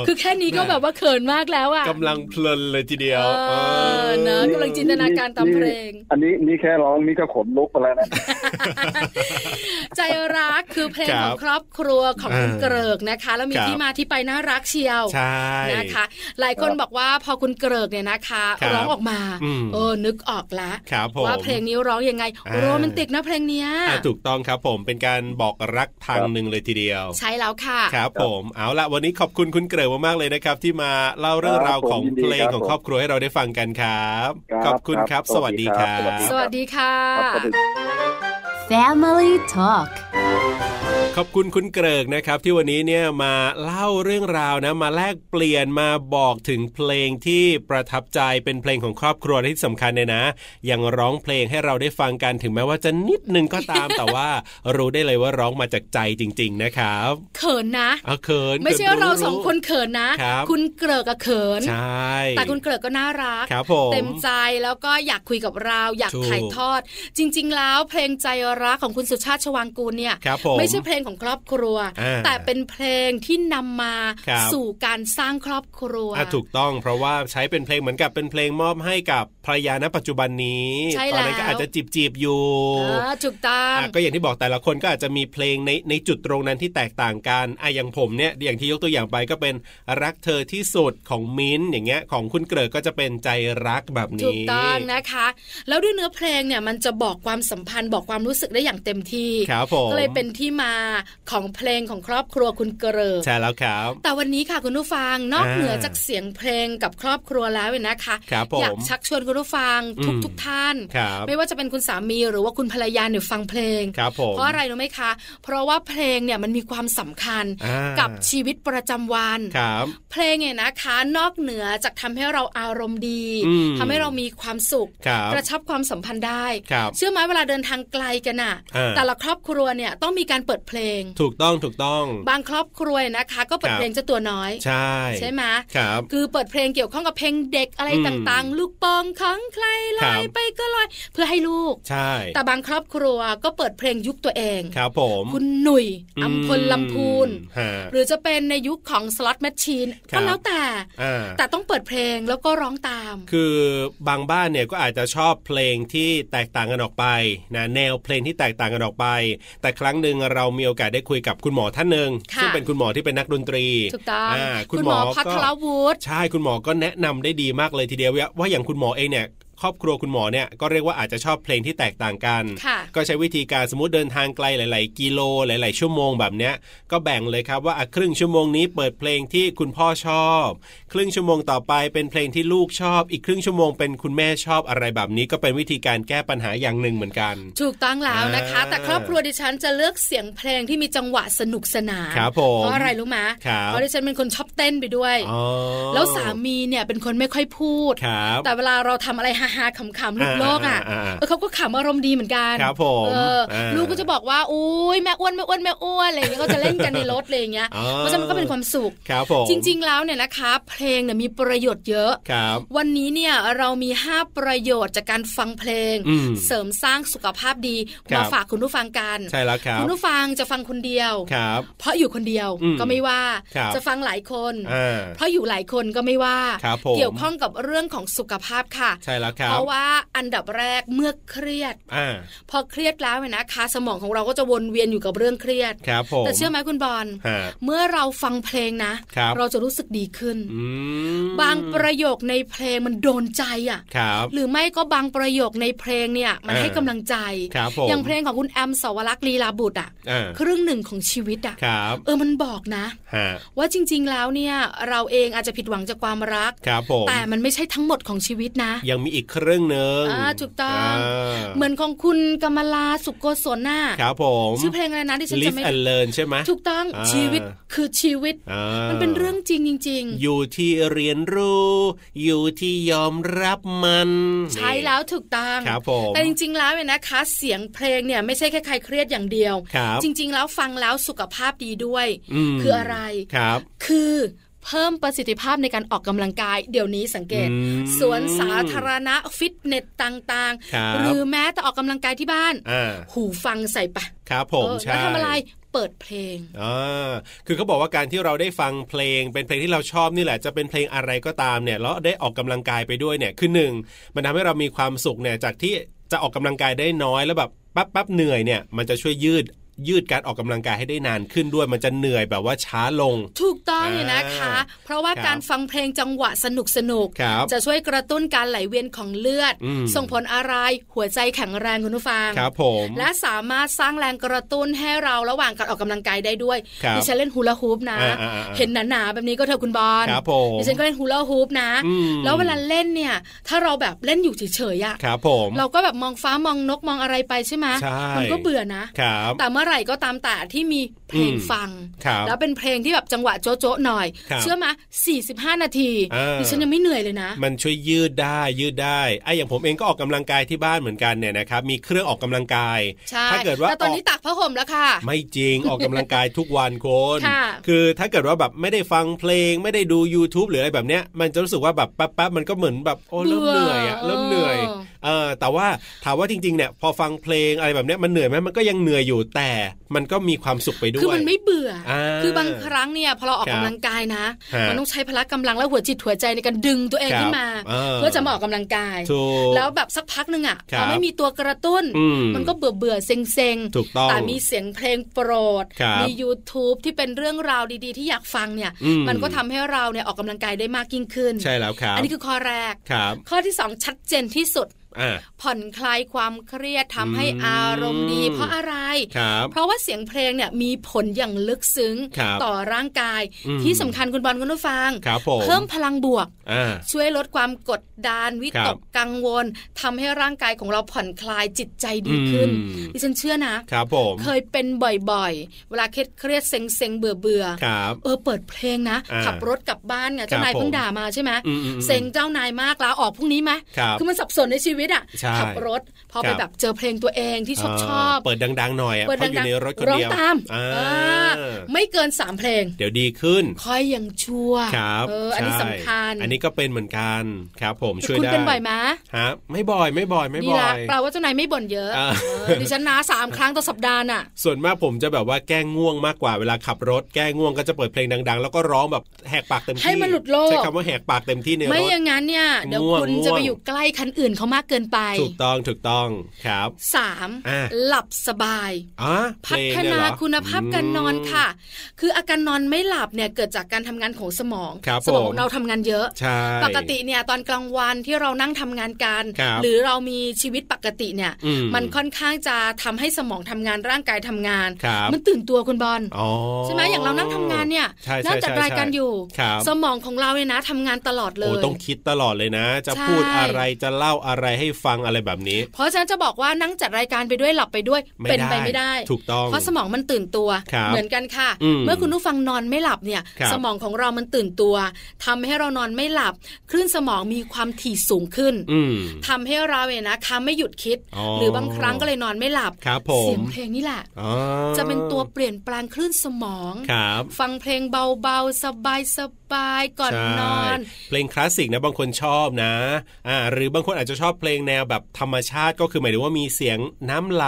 [SPEAKER 1] คือแค่นี้ก็แบบว่าเขินมากแล้วอะ
[SPEAKER 2] กำลังเพลินเลยทีเดียว
[SPEAKER 1] เออ
[SPEAKER 2] เอ
[SPEAKER 1] เนอะ
[SPEAKER 2] อ
[SPEAKER 1] กำลังจินตนาการตามเพลง
[SPEAKER 5] อันนี้นี่แค่ร้องนี่ก็ขนลุกไปแล้วนะ
[SPEAKER 1] ใจรักคือเพลง
[SPEAKER 2] ครับ
[SPEAKER 1] ของครอบครัวของคุณ
[SPEAKER 2] เออ
[SPEAKER 1] เกริกนะคะ แล้วมี
[SPEAKER 2] ครับ
[SPEAKER 1] ที่มาที่ไปน่ารักเชียว
[SPEAKER 2] ใช่
[SPEAKER 1] นะคะ หลายคนบอกว่าพอคุณเกริกเนี่ยนะคะ
[SPEAKER 2] ครับ
[SPEAKER 1] ร้องออกมา
[SPEAKER 2] อืม
[SPEAKER 1] เออนึกออกละ
[SPEAKER 2] ครับผม
[SPEAKER 1] ว่าเพลงนี้ร้องยังไง
[SPEAKER 2] อ่า
[SPEAKER 1] โรแมนติกนะเพลงเนี้ย
[SPEAKER 2] อ่ะถูกต้องครับผมเป็นการบอกรักทาง
[SPEAKER 5] ครับ
[SPEAKER 2] หนึ่งเลยทีเดียว
[SPEAKER 1] ใช่แล้วค่ะ
[SPEAKER 2] ครับผมเอาละวันนี้ขอบคุณคุณเกริกมากๆเลยนะครับ ที่มาเล่าเรื่อง
[SPEAKER 5] ครับ
[SPEAKER 2] ราวของ
[SPEAKER 5] ผมยินดี
[SPEAKER 2] เพลง
[SPEAKER 5] ครับ
[SPEAKER 2] ของ
[SPEAKER 5] ผม
[SPEAKER 2] ครอบครัวให้เราได้ฟังกันครับ
[SPEAKER 5] ครับ
[SPEAKER 2] ขอบคุณครับ
[SPEAKER 5] ครับ
[SPEAKER 2] สวัสดีครั
[SPEAKER 5] สวั
[SPEAKER 2] บ
[SPEAKER 5] สดี
[SPEAKER 1] ส
[SPEAKER 5] รับ
[SPEAKER 1] วัสดีค่ะ
[SPEAKER 5] ครับขอบคุณ
[SPEAKER 4] Family Talk
[SPEAKER 2] ขอบคุณคุณเกริกนะครับ ที่วันนี้เนี่ยมาเล่าเรื่องราวนะ มาแลกเปลี่ยนมาบอกถึงเพลงที่ประทับใจเป็นเพลงของครอบครัวและที่สำคัญเนี่ยนะยังร้องเพลงให้เราได้ฟังกันถึงแม้ว่าจะนิดนึงก็ตาม แต่ว่ารู้ได้เลยว่าร้องมาจากใจจริง ๆ นะครับ
[SPEAKER 1] เขินนะ
[SPEAKER 2] เอาเขิน
[SPEAKER 1] ไม่ใช่ว่าเราสองคนเขินนะ
[SPEAKER 2] ครับ
[SPEAKER 1] คุณเกริกกับเขิน
[SPEAKER 2] ใช่
[SPEAKER 1] แต่คุณเกริกก็น่ารัก
[SPEAKER 2] ครับผม
[SPEAKER 1] เต็มใจแล้วก็อยากคุยกับเราอยาก
[SPEAKER 2] ถูก
[SPEAKER 1] ถ่ายทอด จริง ๆ แล้วเพลงใจรักของคุณสุชาติชวางกูลเนี่ย
[SPEAKER 2] ครับผม
[SPEAKER 1] ไม่ใช่เพลงของครอบครัว
[SPEAKER 2] อ่า
[SPEAKER 1] แต่เป็นเพลงที่นำมา
[SPEAKER 2] ครับ
[SPEAKER 1] สู่การสร้างครอบครัว
[SPEAKER 2] อ่ะถูกต้องเพราะว่าใช้เป็นเพลงเหมือนกับเป็นเพลงมอบให้กับภรรยาณปัจจุบันนี้
[SPEAKER 1] ใช่
[SPEAKER 2] ตอนนั้น
[SPEAKER 1] แล้ว
[SPEAKER 2] ก็อาจจะจีบจีบๆอยู่
[SPEAKER 1] อ่าถูกต้อง
[SPEAKER 2] อ่ะก็อย่างที่บอกแต่ละคนก็อาจจะมีเพลงในในจุดตรงนั้นที่แตกต่างกันอ่ะอย่างผมเนี่ยอย่างที่ยกตัวอย่างไปก็เป็นรักเธอที่สุดของมิ้นท์อย่างเงี้ยของคุณเกริกก็จะเป็นใจรักแบบนี้
[SPEAKER 1] ถูกต้องนะคะ แล้วด้วยเนื้อเพลงเนี่ยมันจะบอกความสัมพันธ์บอกความรู้สึกได้อย่างเต็มที่
[SPEAKER 2] ครับผม
[SPEAKER 1] ก็เลยเป็นที่มาของเพลงของครอบครัวคุณเกริก
[SPEAKER 2] ใช่แล้วครับ
[SPEAKER 1] แต่วันนี้ค่ะคุณผู้ฟังนอก
[SPEAKER 2] อ่า
[SPEAKER 1] เหนือจากเสียงเพลงกับครอบครัวแล้วเนี่ยนะคะ
[SPEAKER 2] ครับผ
[SPEAKER 1] อยาก
[SPEAKER 2] ม
[SPEAKER 1] ชักชวนคุณผู้ฟัง
[SPEAKER 2] อื
[SPEAKER 1] ทุก
[SPEAKER 2] ม
[SPEAKER 1] ทุกๆท่าน
[SPEAKER 2] ครับ
[SPEAKER 1] ไม่ว่าจะเป็นคุณสามีหรือว่าคุณภรรยาเนี่ยฟังเพลง
[SPEAKER 2] ครับผม
[SPEAKER 1] เพราะอะไรรู้ไหมคะ เพราะว่าเพลงเนี่ยมันมีความสำคัญ
[SPEAKER 2] อ่า
[SPEAKER 1] กับชีวิตประจำวัน
[SPEAKER 2] ครับ
[SPEAKER 1] เพลงเนี่ยนะคะ นอกเหนือจากทำให้เราอารมณ์ดี
[SPEAKER 2] อืม
[SPEAKER 1] ทำให้เรามีความสุข
[SPEAKER 2] ครับ
[SPEAKER 1] กระชับความสัมพันธ์ได้
[SPEAKER 2] ครับ
[SPEAKER 1] เชื่อไหมเวลาเดินทางไกลกันน่ะ
[SPEAKER 2] อ่า
[SPEAKER 1] แต่ละครอบครัวเนี่ยต้องมีการเปิดเพลง
[SPEAKER 2] ถูกต้องถูกต้อง
[SPEAKER 1] บางครอบครัวนะคะ ก็เปิด
[SPEAKER 2] ครับ
[SPEAKER 1] เพลงเจ้าตัวน้อย
[SPEAKER 2] ใช่
[SPEAKER 1] ไหม
[SPEAKER 2] ครับ
[SPEAKER 1] คือเปิดเพลงเกี่ยวข้องกับเพลงเด็กอะไร
[SPEAKER 2] อืม
[SPEAKER 1] ต่างๆ ลูกโปองของใครลอย
[SPEAKER 2] ครับ
[SPEAKER 1] ไปก็ลอยเพื่อให้ลูก
[SPEAKER 2] ใช่
[SPEAKER 1] แต่บางครอบครัวก็เปิดเพลงยุคตัวเอง
[SPEAKER 2] ครับผม
[SPEAKER 1] คุณหนุ่ย
[SPEAKER 2] อืม
[SPEAKER 1] อัมพลลำพูน
[SPEAKER 2] ฮะ
[SPEAKER 1] หรือจะเป็นในยุคของสล็อตแมชชีน
[SPEAKER 2] ครั
[SPEAKER 1] ก็
[SPEAKER 2] บ
[SPEAKER 1] แล้วแต่
[SPEAKER 2] อ่า
[SPEAKER 1] แต่ต้องเปิดเพลงแล้วก็ร้องตาม
[SPEAKER 2] คือบางบ้านเนี่ยก็อาจจะชอบเพลงที่แตกต่างกันออกไปนะแนวเพลงที่แตกต่างกันออกไป แต่ครั้งหนึ่งเรามีโอกาสได้คุยกับคุณหมอท่านหนึ่ง
[SPEAKER 1] ค่ะ
[SPEAKER 2] ซึ่งเป็นคุณหมอที่เป็นนักดนตรี
[SPEAKER 1] ถูกต้อง
[SPEAKER 2] าคุ
[SPEAKER 1] คุณ ณ
[SPEAKER 2] ห
[SPEAKER 1] ห
[SPEAKER 2] ม
[SPEAKER 1] ม
[SPEAKER 2] อ
[SPEAKER 1] อ
[SPEAKER 2] ก็
[SPEAKER 1] พัทรวุฒิ
[SPEAKER 2] ใช่คุณหมอก็แนะนำได้ดีมากเลยทีเดียวว่าอย่างคุณหมอเองเนี่ยครอบครัวคุณหมอเนี่ยก็เรียกว่าอาจจะชอบเพลงที่แตกต่างกัน
[SPEAKER 1] ค่ะ
[SPEAKER 2] ก็ใช้วิธีการสมมติเดินทางไกลหลาย ๆ กิโลหลาย ๆ ชั่วโมงแบบเนี้ยก็แบ่งเลยครับว่าอ่ะครึ่งชั่วโมงนี้เปิดเพลงที่คุณพ่อชอบ ครึ่งชั่วโมงต่อไปเป็นเพลงที่ลูกชอบ อีกครึ่งชั่วโมงเป็นคุณแม่ชอบอะไรแบบนี้ ก็เป็นวิธีการแก้ปัญหาอย่างหนึ่งเหมือนกัน
[SPEAKER 1] ถูกต้องแล้วนะคะ
[SPEAKER 2] อ่า
[SPEAKER 1] แต่ครอบครัวดิฉันจะเลือกเสียงเพลงที่มีจังหวะสนุกสนาน
[SPEAKER 2] ครับผม
[SPEAKER 1] เพราะอะไรรู้ไหม
[SPEAKER 2] ครับ
[SPEAKER 1] เพราะดิฉันเป็นคนชอบเต้นไปด้วย
[SPEAKER 2] อ๋อ
[SPEAKER 1] แล้วสามีเนี่ยเป็นคนไม่ค่อยพูด
[SPEAKER 2] ครับ
[SPEAKER 1] แต่เวลาเราทำอะไรฮ ฮาๆขำๆลูกโลกอ่ะเออเขาก็ขำอารมณ์ดีเหมือนกัน
[SPEAKER 2] ครับผม
[SPEAKER 1] เออ
[SPEAKER 2] เออ
[SPEAKER 1] ลูกก็จะบอกว่าโอ้ยแม่อ้วนแม่อ้วนแม่อ้วนอะไรอย่างเงี้ยก็จะเล่นกันในรถอะไรอย่างเงี้ย
[SPEAKER 2] อ๋อ
[SPEAKER 1] เพราะฉะนั้นมันก็เป็นความสุข
[SPEAKER 2] ครับผม
[SPEAKER 1] จริง ๆ แล้วเนี่ยนะคะ เพลงเนี่ยมีประโยชน์เยอะ
[SPEAKER 2] ๆครับ
[SPEAKER 1] วันนี้เนี่ยเรามี 5 ประโยชน์จากการฟังเพลง
[SPEAKER 2] อืม
[SPEAKER 1] เสริมสร้างสุขภาพดี
[SPEAKER 2] ครับ
[SPEAKER 1] มาฝากคุณผู้ฟังกัน
[SPEAKER 2] ใช่แล้วครับ
[SPEAKER 1] ณผู้ฟังจะฟังคนเดียว
[SPEAKER 2] ครับ
[SPEAKER 1] เพราะอยู่คนเดียว
[SPEAKER 2] อืม
[SPEAKER 1] ก็ไม่ว่า
[SPEAKER 2] ครับ
[SPEAKER 1] จะฟังหลายคน
[SPEAKER 2] อ่า
[SPEAKER 1] เพราะอยู่หลายคนก็ไม่ว่า
[SPEAKER 2] ครับผม
[SPEAKER 1] เกี่ยวข้องกับเรื่องของสุขภาพค่ะ
[SPEAKER 2] ใช่แล้วครั
[SPEAKER 1] เพ
[SPEAKER 2] บ
[SPEAKER 1] ราะว่าอันดับแรกเมื่อเครียด
[SPEAKER 2] อ่า
[SPEAKER 1] พอเครียดแล้วเนี่ยนะคะ สมองของเราก็จะวนเวียนอยู่กับเรื่องเครียด
[SPEAKER 2] ครับผม
[SPEAKER 1] แต่เชื่อไหมคุณบอล
[SPEAKER 2] ฮะ
[SPEAKER 1] เมื่อเราฟังเพลงนะ
[SPEAKER 2] ครับ
[SPEAKER 1] เราจะรู้สึกดีขึ้น
[SPEAKER 2] อืม
[SPEAKER 1] บางประโยคในเพลงมันโดนใจอ่ะ
[SPEAKER 2] ครับ
[SPEAKER 1] หรือไม่ก็บางประโยคในเพลงเนี่ย มัน
[SPEAKER 2] เออ
[SPEAKER 1] ให้กำลังใจ
[SPEAKER 2] ครับผม
[SPEAKER 1] อย่างเพลงของคุณแอมสาวรักษ์ลีลาบุตรอ่ะ
[SPEAKER 2] อ่า
[SPEAKER 1] ครึ่งหนึ่งของชีวิตอ่ะ
[SPEAKER 2] ครับ
[SPEAKER 1] เออมันบอกนะ
[SPEAKER 2] ฮะ
[SPEAKER 1] ว่าจริง ๆ แล้วเนี่ย เราเองอาจจะผิดหวังจากความรัก
[SPEAKER 2] ครับผม
[SPEAKER 1] แต่มันไม่ใช่ทั้งหมดของชีวิตนะ
[SPEAKER 2] ยังมีอีกครึ่งหนึ่ง
[SPEAKER 1] อ่าถูกต้อง
[SPEAKER 2] า
[SPEAKER 1] เหมือนของคุณกำมลาสุโกศลน่ะ
[SPEAKER 2] ครับผม
[SPEAKER 1] ชื่อเพลงอะไรนะที่ฉัน
[SPEAKER 2] ลิ
[SPEAKER 1] จะ
[SPEAKER 2] ฟ
[SPEAKER 1] ไม่
[SPEAKER 2] แอนเลนใช่ไหม
[SPEAKER 1] ถูกต้อง
[SPEAKER 2] อ่า
[SPEAKER 1] ชีวิตคือชีวิต
[SPEAKER 2] อ่า
[SPEAKER 1] มันเป็นเรื่องจริงจริง ๆ
[SPEAKER 2] อยู่ที่เรียนรู้ อยู่ที่ยอมรับมัน
[SPEAKER 1] ใช้แล้วถูกต้อง
[SPEAKER 2] ครับผม
[SPEAKER 1] แต่จริง ๆ แล้วเนี่ยนะคะ เสียงเพลงเนี่ยไม่ใช่แค่ใครเครียดอย่างเดียว
[SPEAKER 2] ครับ
[SPEAKER 1] จริง ๆ แล้วฟังแล้วสุขภาพดีด้วย
[SPEAKER 2] ม
[SPEAKER 1] คืออะไร
[SPEAKER 2] ครับ
[SPEAKER 1] คือเพิ่มประสิทธิภาพในการออกกำลังกาย เดี๋ยวนี้สังเกต
[SPEAKER 2] อืม
[SPEAKER 1] สวนสาธารณะฟิตเนสต่าง
[SPEAKER 2] ครับ
[SPEAKER 1] ๆ หรือแม้แต่ออกกำลังกายที่บ้าน
[SPEAKER 2] อ่า
[SPEAKER 1] หูฟังใส่ปะ
[SPEAKER 2] ครับผม
[SPEAKER 1] เออ
[SPEAKER 2] ใช่
[SPEAKER 1] แล้วทำอะไรเปิดเพลง
[SPEAKER 2] อ่าคือเขาบอกว่าการที่เราได้ฟังเพลง เป็นเพลงที่เราชอบนี่แหละจะเป็นเพลงอะไรก็ตามเนี่ยแล้วได้ออกกำลังกายไปด้วยเนี่ยคือหนึ่งมันทำให้เรามีความสุขเนี่ยจากที่จะออกกำลังกายได้น้อยแล้วแบบปั๊บปั๊บเหนื่อยเนี่ยมันจะช่วยยืดยืดการออกกำลังกายให้ได้นานขึ้นด้วย มันจะเหนื่อยแบบว่าช้าลง
[SPEAKER 1] ถูกต้องเนี่ยนะคะ
[SPEAKER 2] อ่า
[SPEAKER 1] เพราะว่า
[SPEAKER 2] ครับ
[SPEAKER 1] การฟังเพลงจังหวะสนุกสนุกๆ
[SPEAKER 2] ครับ
[SPEAKER 1] จะช่วยกระตุ้นการไหลเวียนของเลือด
[SPEAKER 2] อืม
[SPEAKER 1] ส่งผลอะไรหัวใจแข็งแรงคุณผู้ฟัง
[SPEAKER 2] ครับผม
[SPEAKER 1] และสามารถสร้างแรงกระตุ้นให้เราระหว่างการออกกำลังกายได้ด้วย
[SPEAKER 2] ครับ
[SPEAKER 1] ดิฉันเล่นฮูลาฮูปนะ
[SPEAKER 2] อ่าอ่าอ่า
[SPEAKER 1] เห็นหนาๆแบบนี้ก็เธอะคุณบอล
[SPEAKER 2] ครับผม
[SPEAKER 1] ดิฉันก็เล่นฮูลาฮูปนะ
[SPEAKER 2] อืม
[SPEAKER 1] แล้วเวลาเล่นเนี่ย ถ้าเราแบบเล่นอยู่เฉยๆอะ
[SPEAKER 2] ครับผม
[SPEAKER 1] เราก็แบบมองฟ้ามองนกมองอะไรไปใช่ไหม
[SPEAKER 2] ใช่
[SPEAKER 1] มันก็เบื่อนะ
[SPEAKER 2] ครับ
[SPEAKER 1] แต่เมื่อไหร่ก็ตามแต่ที่มีเพลง
[SPEAKER 2] อืม
[SPEAKER 1] ฟัง
[SPEAKER 2] ครับ
[SPEAKER 1] แล้วเป็นเพลงที่แบบจังหวะโจ๊ะๆหน่อย
[SPEAKER 2] ครับ
[SPEAKER 1] เชื่อไหม45 นาที
[SPEAKER 2] เออ
[SPEAKER 1] ดิฉันยังไม่เหนื่อยเลยนะ
[SPEAKER 2] มันช่วยยืดได้ยืดได้ไอ้อย่างผมเองก็ออกกำลังกายที่บ้านเหมือนกันเนี่ยนะครับมีเครื่องออกกำลังกาย
[SPEAKER 1] ใช่
[SPEAKER 2] ถ้าเกิดว่า
[SPEAKER 1] แต่ตอนนี้
[SPEAKER 2] ก
[SPEAKER 1] ตักผ้าห่มแล้วค่ะ
[SPEAKER 2] ไม่จริง ออกกำลังกายทุกวันโคน
[SPEAKER 1] ค่ะ
[SPEAKER 2] คือถ้าเกิดว่าแบบไม่ได้ฟังเพลง ไม่ได้ดู YouTube หรืออะไรแบบเนี้ยมันจะรู้สึกว่าแบบแป๊บๆมันก็เหมือนแบบโอ้เริ่มเหนื่อยอะเริ่มเหนื่อยเออแต่ว่าถามว่าจริงๆเนี่ยพอฟังเพลงอะไรแบบเนี้ยมันเหนื่อยไหมมันก็ยังเหนื่อยอยู่แต่มันก็มีความสุขไปด้วย
[SPEAKER 1] คือมันไม่เบื่ออา คือบางครั้งเนี่ยพอเราออก
[SPEAKER 2] ครั
[SPEAKER 1] กำ
[SPEAKER 2] บ
[SPEAKER 1] ลังกายนะ
[SPEAKER 2] ฮะ
[SPEAKER 1] มันต้องใช้พละกำลังและหัวจิตหัวใจในการดึงตัวเอง
[SPEAKER 2] ครับ
[SPEAKER 1] ขึ้นมา
[SPEAKER 2] เออ
[SPEAKER 1] เพื่อจะมาออกกำลังกาย
[SPEAKER 2] ถูก
[SPEAKER 1] แล้วแบบสักพักหนึ่งอ่ะ
[SPEAKER 2] ครั
[SPEAKER 1] พ
[SPEAKER 2] บ
[SPEAKER 1] อไม่มีตัวกระตุ้น
[SPEAKER 2] อืม
[SPEAKER 1] มันก็เบื่อเบื่อๆเซ็งเซ็งๆ
[SPEAKER 2] ถูกต้อง
[SPEAKER 1] แต่มีเสียงเพลงโปรด
[SPEAKER 2] ครับ
[SPEAKER 1] มี YouTube ที่เป็นเรื่องราวดีๆ ที่อยากฟังเนี่ย
[SPEAKER 2] อืม
[SPEAKER 1] มันก็ทำให้เราเนี่ยออกกำลังกายได้มากยิ่งขึ้น
[SPEAKER 2] ใช่แล้วครับ
[SPEAKER 1] อันนี้คือข้อแรก
[SPEAKER 2] ครับ
[SPEAKER 1] ข้อที่สองชัดเจนที่สุด
[SPEAKER 2] อ่า
[SPEAKER 1] ผ่อนคลายความเครียดทำให้
[SPEAKER 2] อืม
[SPEAKER 1] อารมณ์ดี เพราะอะไร
[SPEAKER 2] ครับ
[SPEAKER 1] เพราะว่าเสียงเพลงเนี่ยมีผลอย่างลึกซึ้ง
[SPEAKER 2] ครับ
[SPEAKER 1] ต่อร่างกาย
[SPEAKER 2] อืม
[SPEAKER 1] ที่สำคัญคุณบอลคุณผู้ฟัง
[SPEAKER 2] ครับผม
[SPEAKER 1] เพิ่มพลังบวก
[SPEAKER 2] อ่า
[SPEAKER 1] ช่วยลดความกดดันวิ
[SPEAKER 2] ค
[SPEAKER 1] ต
[SPEAKER 2] รับ
[SPEAKER 1] กกังวลทำให้ร่างกายของเราผ่อนคลายจิตใจดีขึ้น
[SPEAKER 2] อืม
[SPEAKER 1] ดิฉันเชื่อนะ
[SPEAKER 2] ครับผม
[SPEAKER 1] เคยเป็นบ่อยๆ เวลาเครียดเครียดๆเซ็งเซ็งๆเบื่อเบื่อๆ
[SPEAKER 2] ครับ
[SPEAKER 1] เออเปิดเพลงนะ
[SPEAKER 2] อ่า
[SPEAKER 1] ขับรถกลับบ้านไงเจ้า
[SPEAKER 2] ครับ
[SPEAKER 1] นายเพิ่ง
[SPEAKER 2] ผม
[SPEAKER 1] ด่ามาใช่ไหม
[SPEAKER 2] อืมอืมอืม
[SPEAKER 1] เซ็งเจ้านายมากลาออกพรุ่งนี้ไหม
[SPEAKER 2] ครับ
[SPEAKER 1] อมันสับสนในชีวิตอ่ะ
[SPEAKER 2] ใช่
[SPEAKER 1] ขัรถพอไป
[SPEAKER 2] ครับ
[SPEAKER 1] แบบเจอเพลงตัวเองที่ชอบชอบ
[SPEAKER 2] เปิดดังๆหน่อยอะ
[SPEAKER 1] เปิด
[SPEAKER 2] เพราะอยู่
[SPEAKER 1] ดัง
[SPEAKER 2] ในรถคน
[SPEAKER 1] ๆร้อง
[SPEAKER 2] เดียว
[SPEAKER 1] ตาม
[SPEAKER 2] อ่า
[SPEAKER 1] เออไม่เกินสามเพลง
[SPEAKER 2] เดี๋ยวดีขึ้น
[SPEAKER 1] ค่อยยังชั่ว
[SPEAKER 2] ครับ
[SPEAKER 1] เอออันนี้
[SPEAKER 2] ใช่
[SPEAKER 1] สำคัญ
[SPEAKER 2] อันนี้ก็เป็นเหมือนกันครับ ผม
[SPEAKER 1] แต่
[SPEAKER 2] ช่วย
[SPEAKER 1] คุณ
[SPEAKER 2] ได้
[SPEAKER 1] เป็นบ่อยไหม
[SPEAKER 2] ฮะไม่บ่อยไม่บ่อยไม่
[SPEAKER 1] ดี
[SPEAKER 2] บ่อ
[SPEAKER 1] ละ
[SPEAKER 2] ย
[SPEAKER 1] แปลว่าเจ้านายไม่บ่นเยอะ
[SPEAKER 2] อ่า
[SPEAKER 1] เออดิฉันนะสามครั้งต่อสัปดาห์น่ะ
[SPEAKER 2] ส่วนมากผมจะแบบว่าแก้ง่วงมากกว่าเวลาขับรถ แก้ง่วงก็จะเปิดเพลงดัง ๆ แล้วก็ร้องแบบแหกปากเต็มที่
[SPEAKER 1] ให้มันหลุดโลก
[SPEAKER 2] ใช้คำว่าแหกปากเต็มที่ในร
[SPEAKER 1] ไม่อ
[SPEAKER 2] ถ
[SPEAKER 1] ย่างนั้นเนี่ยเดี๋ยว
[SPEAKER 2] ง่วง
[SPEAKER 1] คุณจะ
[SPEAKER 2] ง่วง
[SPEAKER 1] ไปอยู่ใกล้คันอื่นเขามากเกินไป
[SPEAKER 2] ถูกต้องถูกต้องครับ
[SPEAKER 1] สาม
[SPEAKER 2] อ่า
[SPEAKER 1] หลับสบาย
[SPEAKER 2] อ่ะเพ
[SPEAKER 1] พั
[SPEAKER 2] ล
[SPEAKER 1] ฒ
[SPEAKER 2] งเนี่ย
[SPEAKER 1] นา
[SPEAKER 2] เหรอ
[SPEAKER 1] คุณภาพการนอนค่ะ คืออาการนอนไม่หลับเนี่ยเกิดจากการทำงานของสมอง
[SPEAKER 2] ครับ
[SPEAKER 1] สมอง
[SPEAKER 2] ผ
[SPEAKER 1] เราทำงานเยอะ
[SPEAKER 2] ใช่
[SPEAKER 1] ปกติเนี่ยตอนกลางวันที่เรานั่งทำงานกัน
[SPEAKER 2] ครับ
[SPEAKER 1] หรือเรามีชีวิตปกติเนี่ย
[SPEAKER 2] อืม
[SPEAKER 1] นค่อนข้างจะทำให้สมองทำงานร่างกายทำงาน
[SPEAKER 2] ครับ
[SPEAKER 1] มันตื่นตัวคุณบอล
[SPEAKER 2] อ๋อ
[SPEAKER 1] ใช่ไหมอย่างเรานั่งทำงานเนี่ย
[SPEAKER 2] ใช่ใช่
[SPEAKER 1] นั่งจัด
[SPEAKER 2] ใช่
[SPEAKER 1] รายการ
[SPEAKER 2] ใช่
[SPEAKER 1] อยู่
[SPEAKER 2] ครับ
[SPEAKER 1] สมองของเราเนี่ยนะทำงานตลอดเล
[SPEAKER 2] โอ้
[SPEAKER 1] ย
[SPEAKER 2] ต้องคิดตลอดเลยนะ จะ
[SPEAKER 1] ใช่
[SPEAKER 2] พูดอะไรจะเล่าอะไร ให้ฟังอะไรแบบนี้
[SPEAKER 1] เพราะฉะนั้นจะบอกว่านั่งจัดรายการไปด้วยหลับไปด้วย
[SPEAKER 2] ไม่
[SPEAKER 1] เป็น
[SPEAKER 2] ได้
[SPEAKER 1] ไปไม่ได้
[SPEAKER 2] ถูกต้อง
[SPEAKER 1] เพราะสมองมันตื่นตัว
[SPEAKER 2] ครับ
[SPEAKER 1] เหมือนกันค่ะ
[SPEAKER 2] อืม
[SPEAKER 1] เมื่อคุณผู้ฟังนอนไม่หลับเนี่ย
[SPEAKER 2] ครับ
[SPEAKER 1] สมองของเรามันตื่นตัวทำให้เรานอนไม่หลับ คลื่นสมองมีความถี่สูงขึ้น
[SPEAKER 2] อืม
[SPEAKER 1] ทำให้เราเนี่ยนะคะไม่หยุดคิด
[SPEAKER 2] อ๋อ
[SPEAKER 1] หรือบางครั้งก็เลยนอนไม่หลับ
[SPEAKER 2] ครับผ
[SPEAKER 1] เสี
[SPEAKER 2] ม
[SPEAKER 1] ยงเพลงนี่แหละ
[SPEAKER 2] อ๋อ
[SPEAKER 1] จะเป็นตัวเปลี่ยนแปลงคลื่นสมอง
[SPEAKER 2] ครับ
[SPEAKER 1] ฟังเพลงเบาๆ สบายๆก่อน
[SPEAKER 2] ใช่
[SPEAKER 1] นอน
[SPEAKER 2] เพลงคลาสสิกนะบางคนชอบนะอ่าหรือบางคนอาจจะชอบเพลงแนวแบบธรรมชาติก็คือหมายถึงว่ามีเสียงน้ำไหล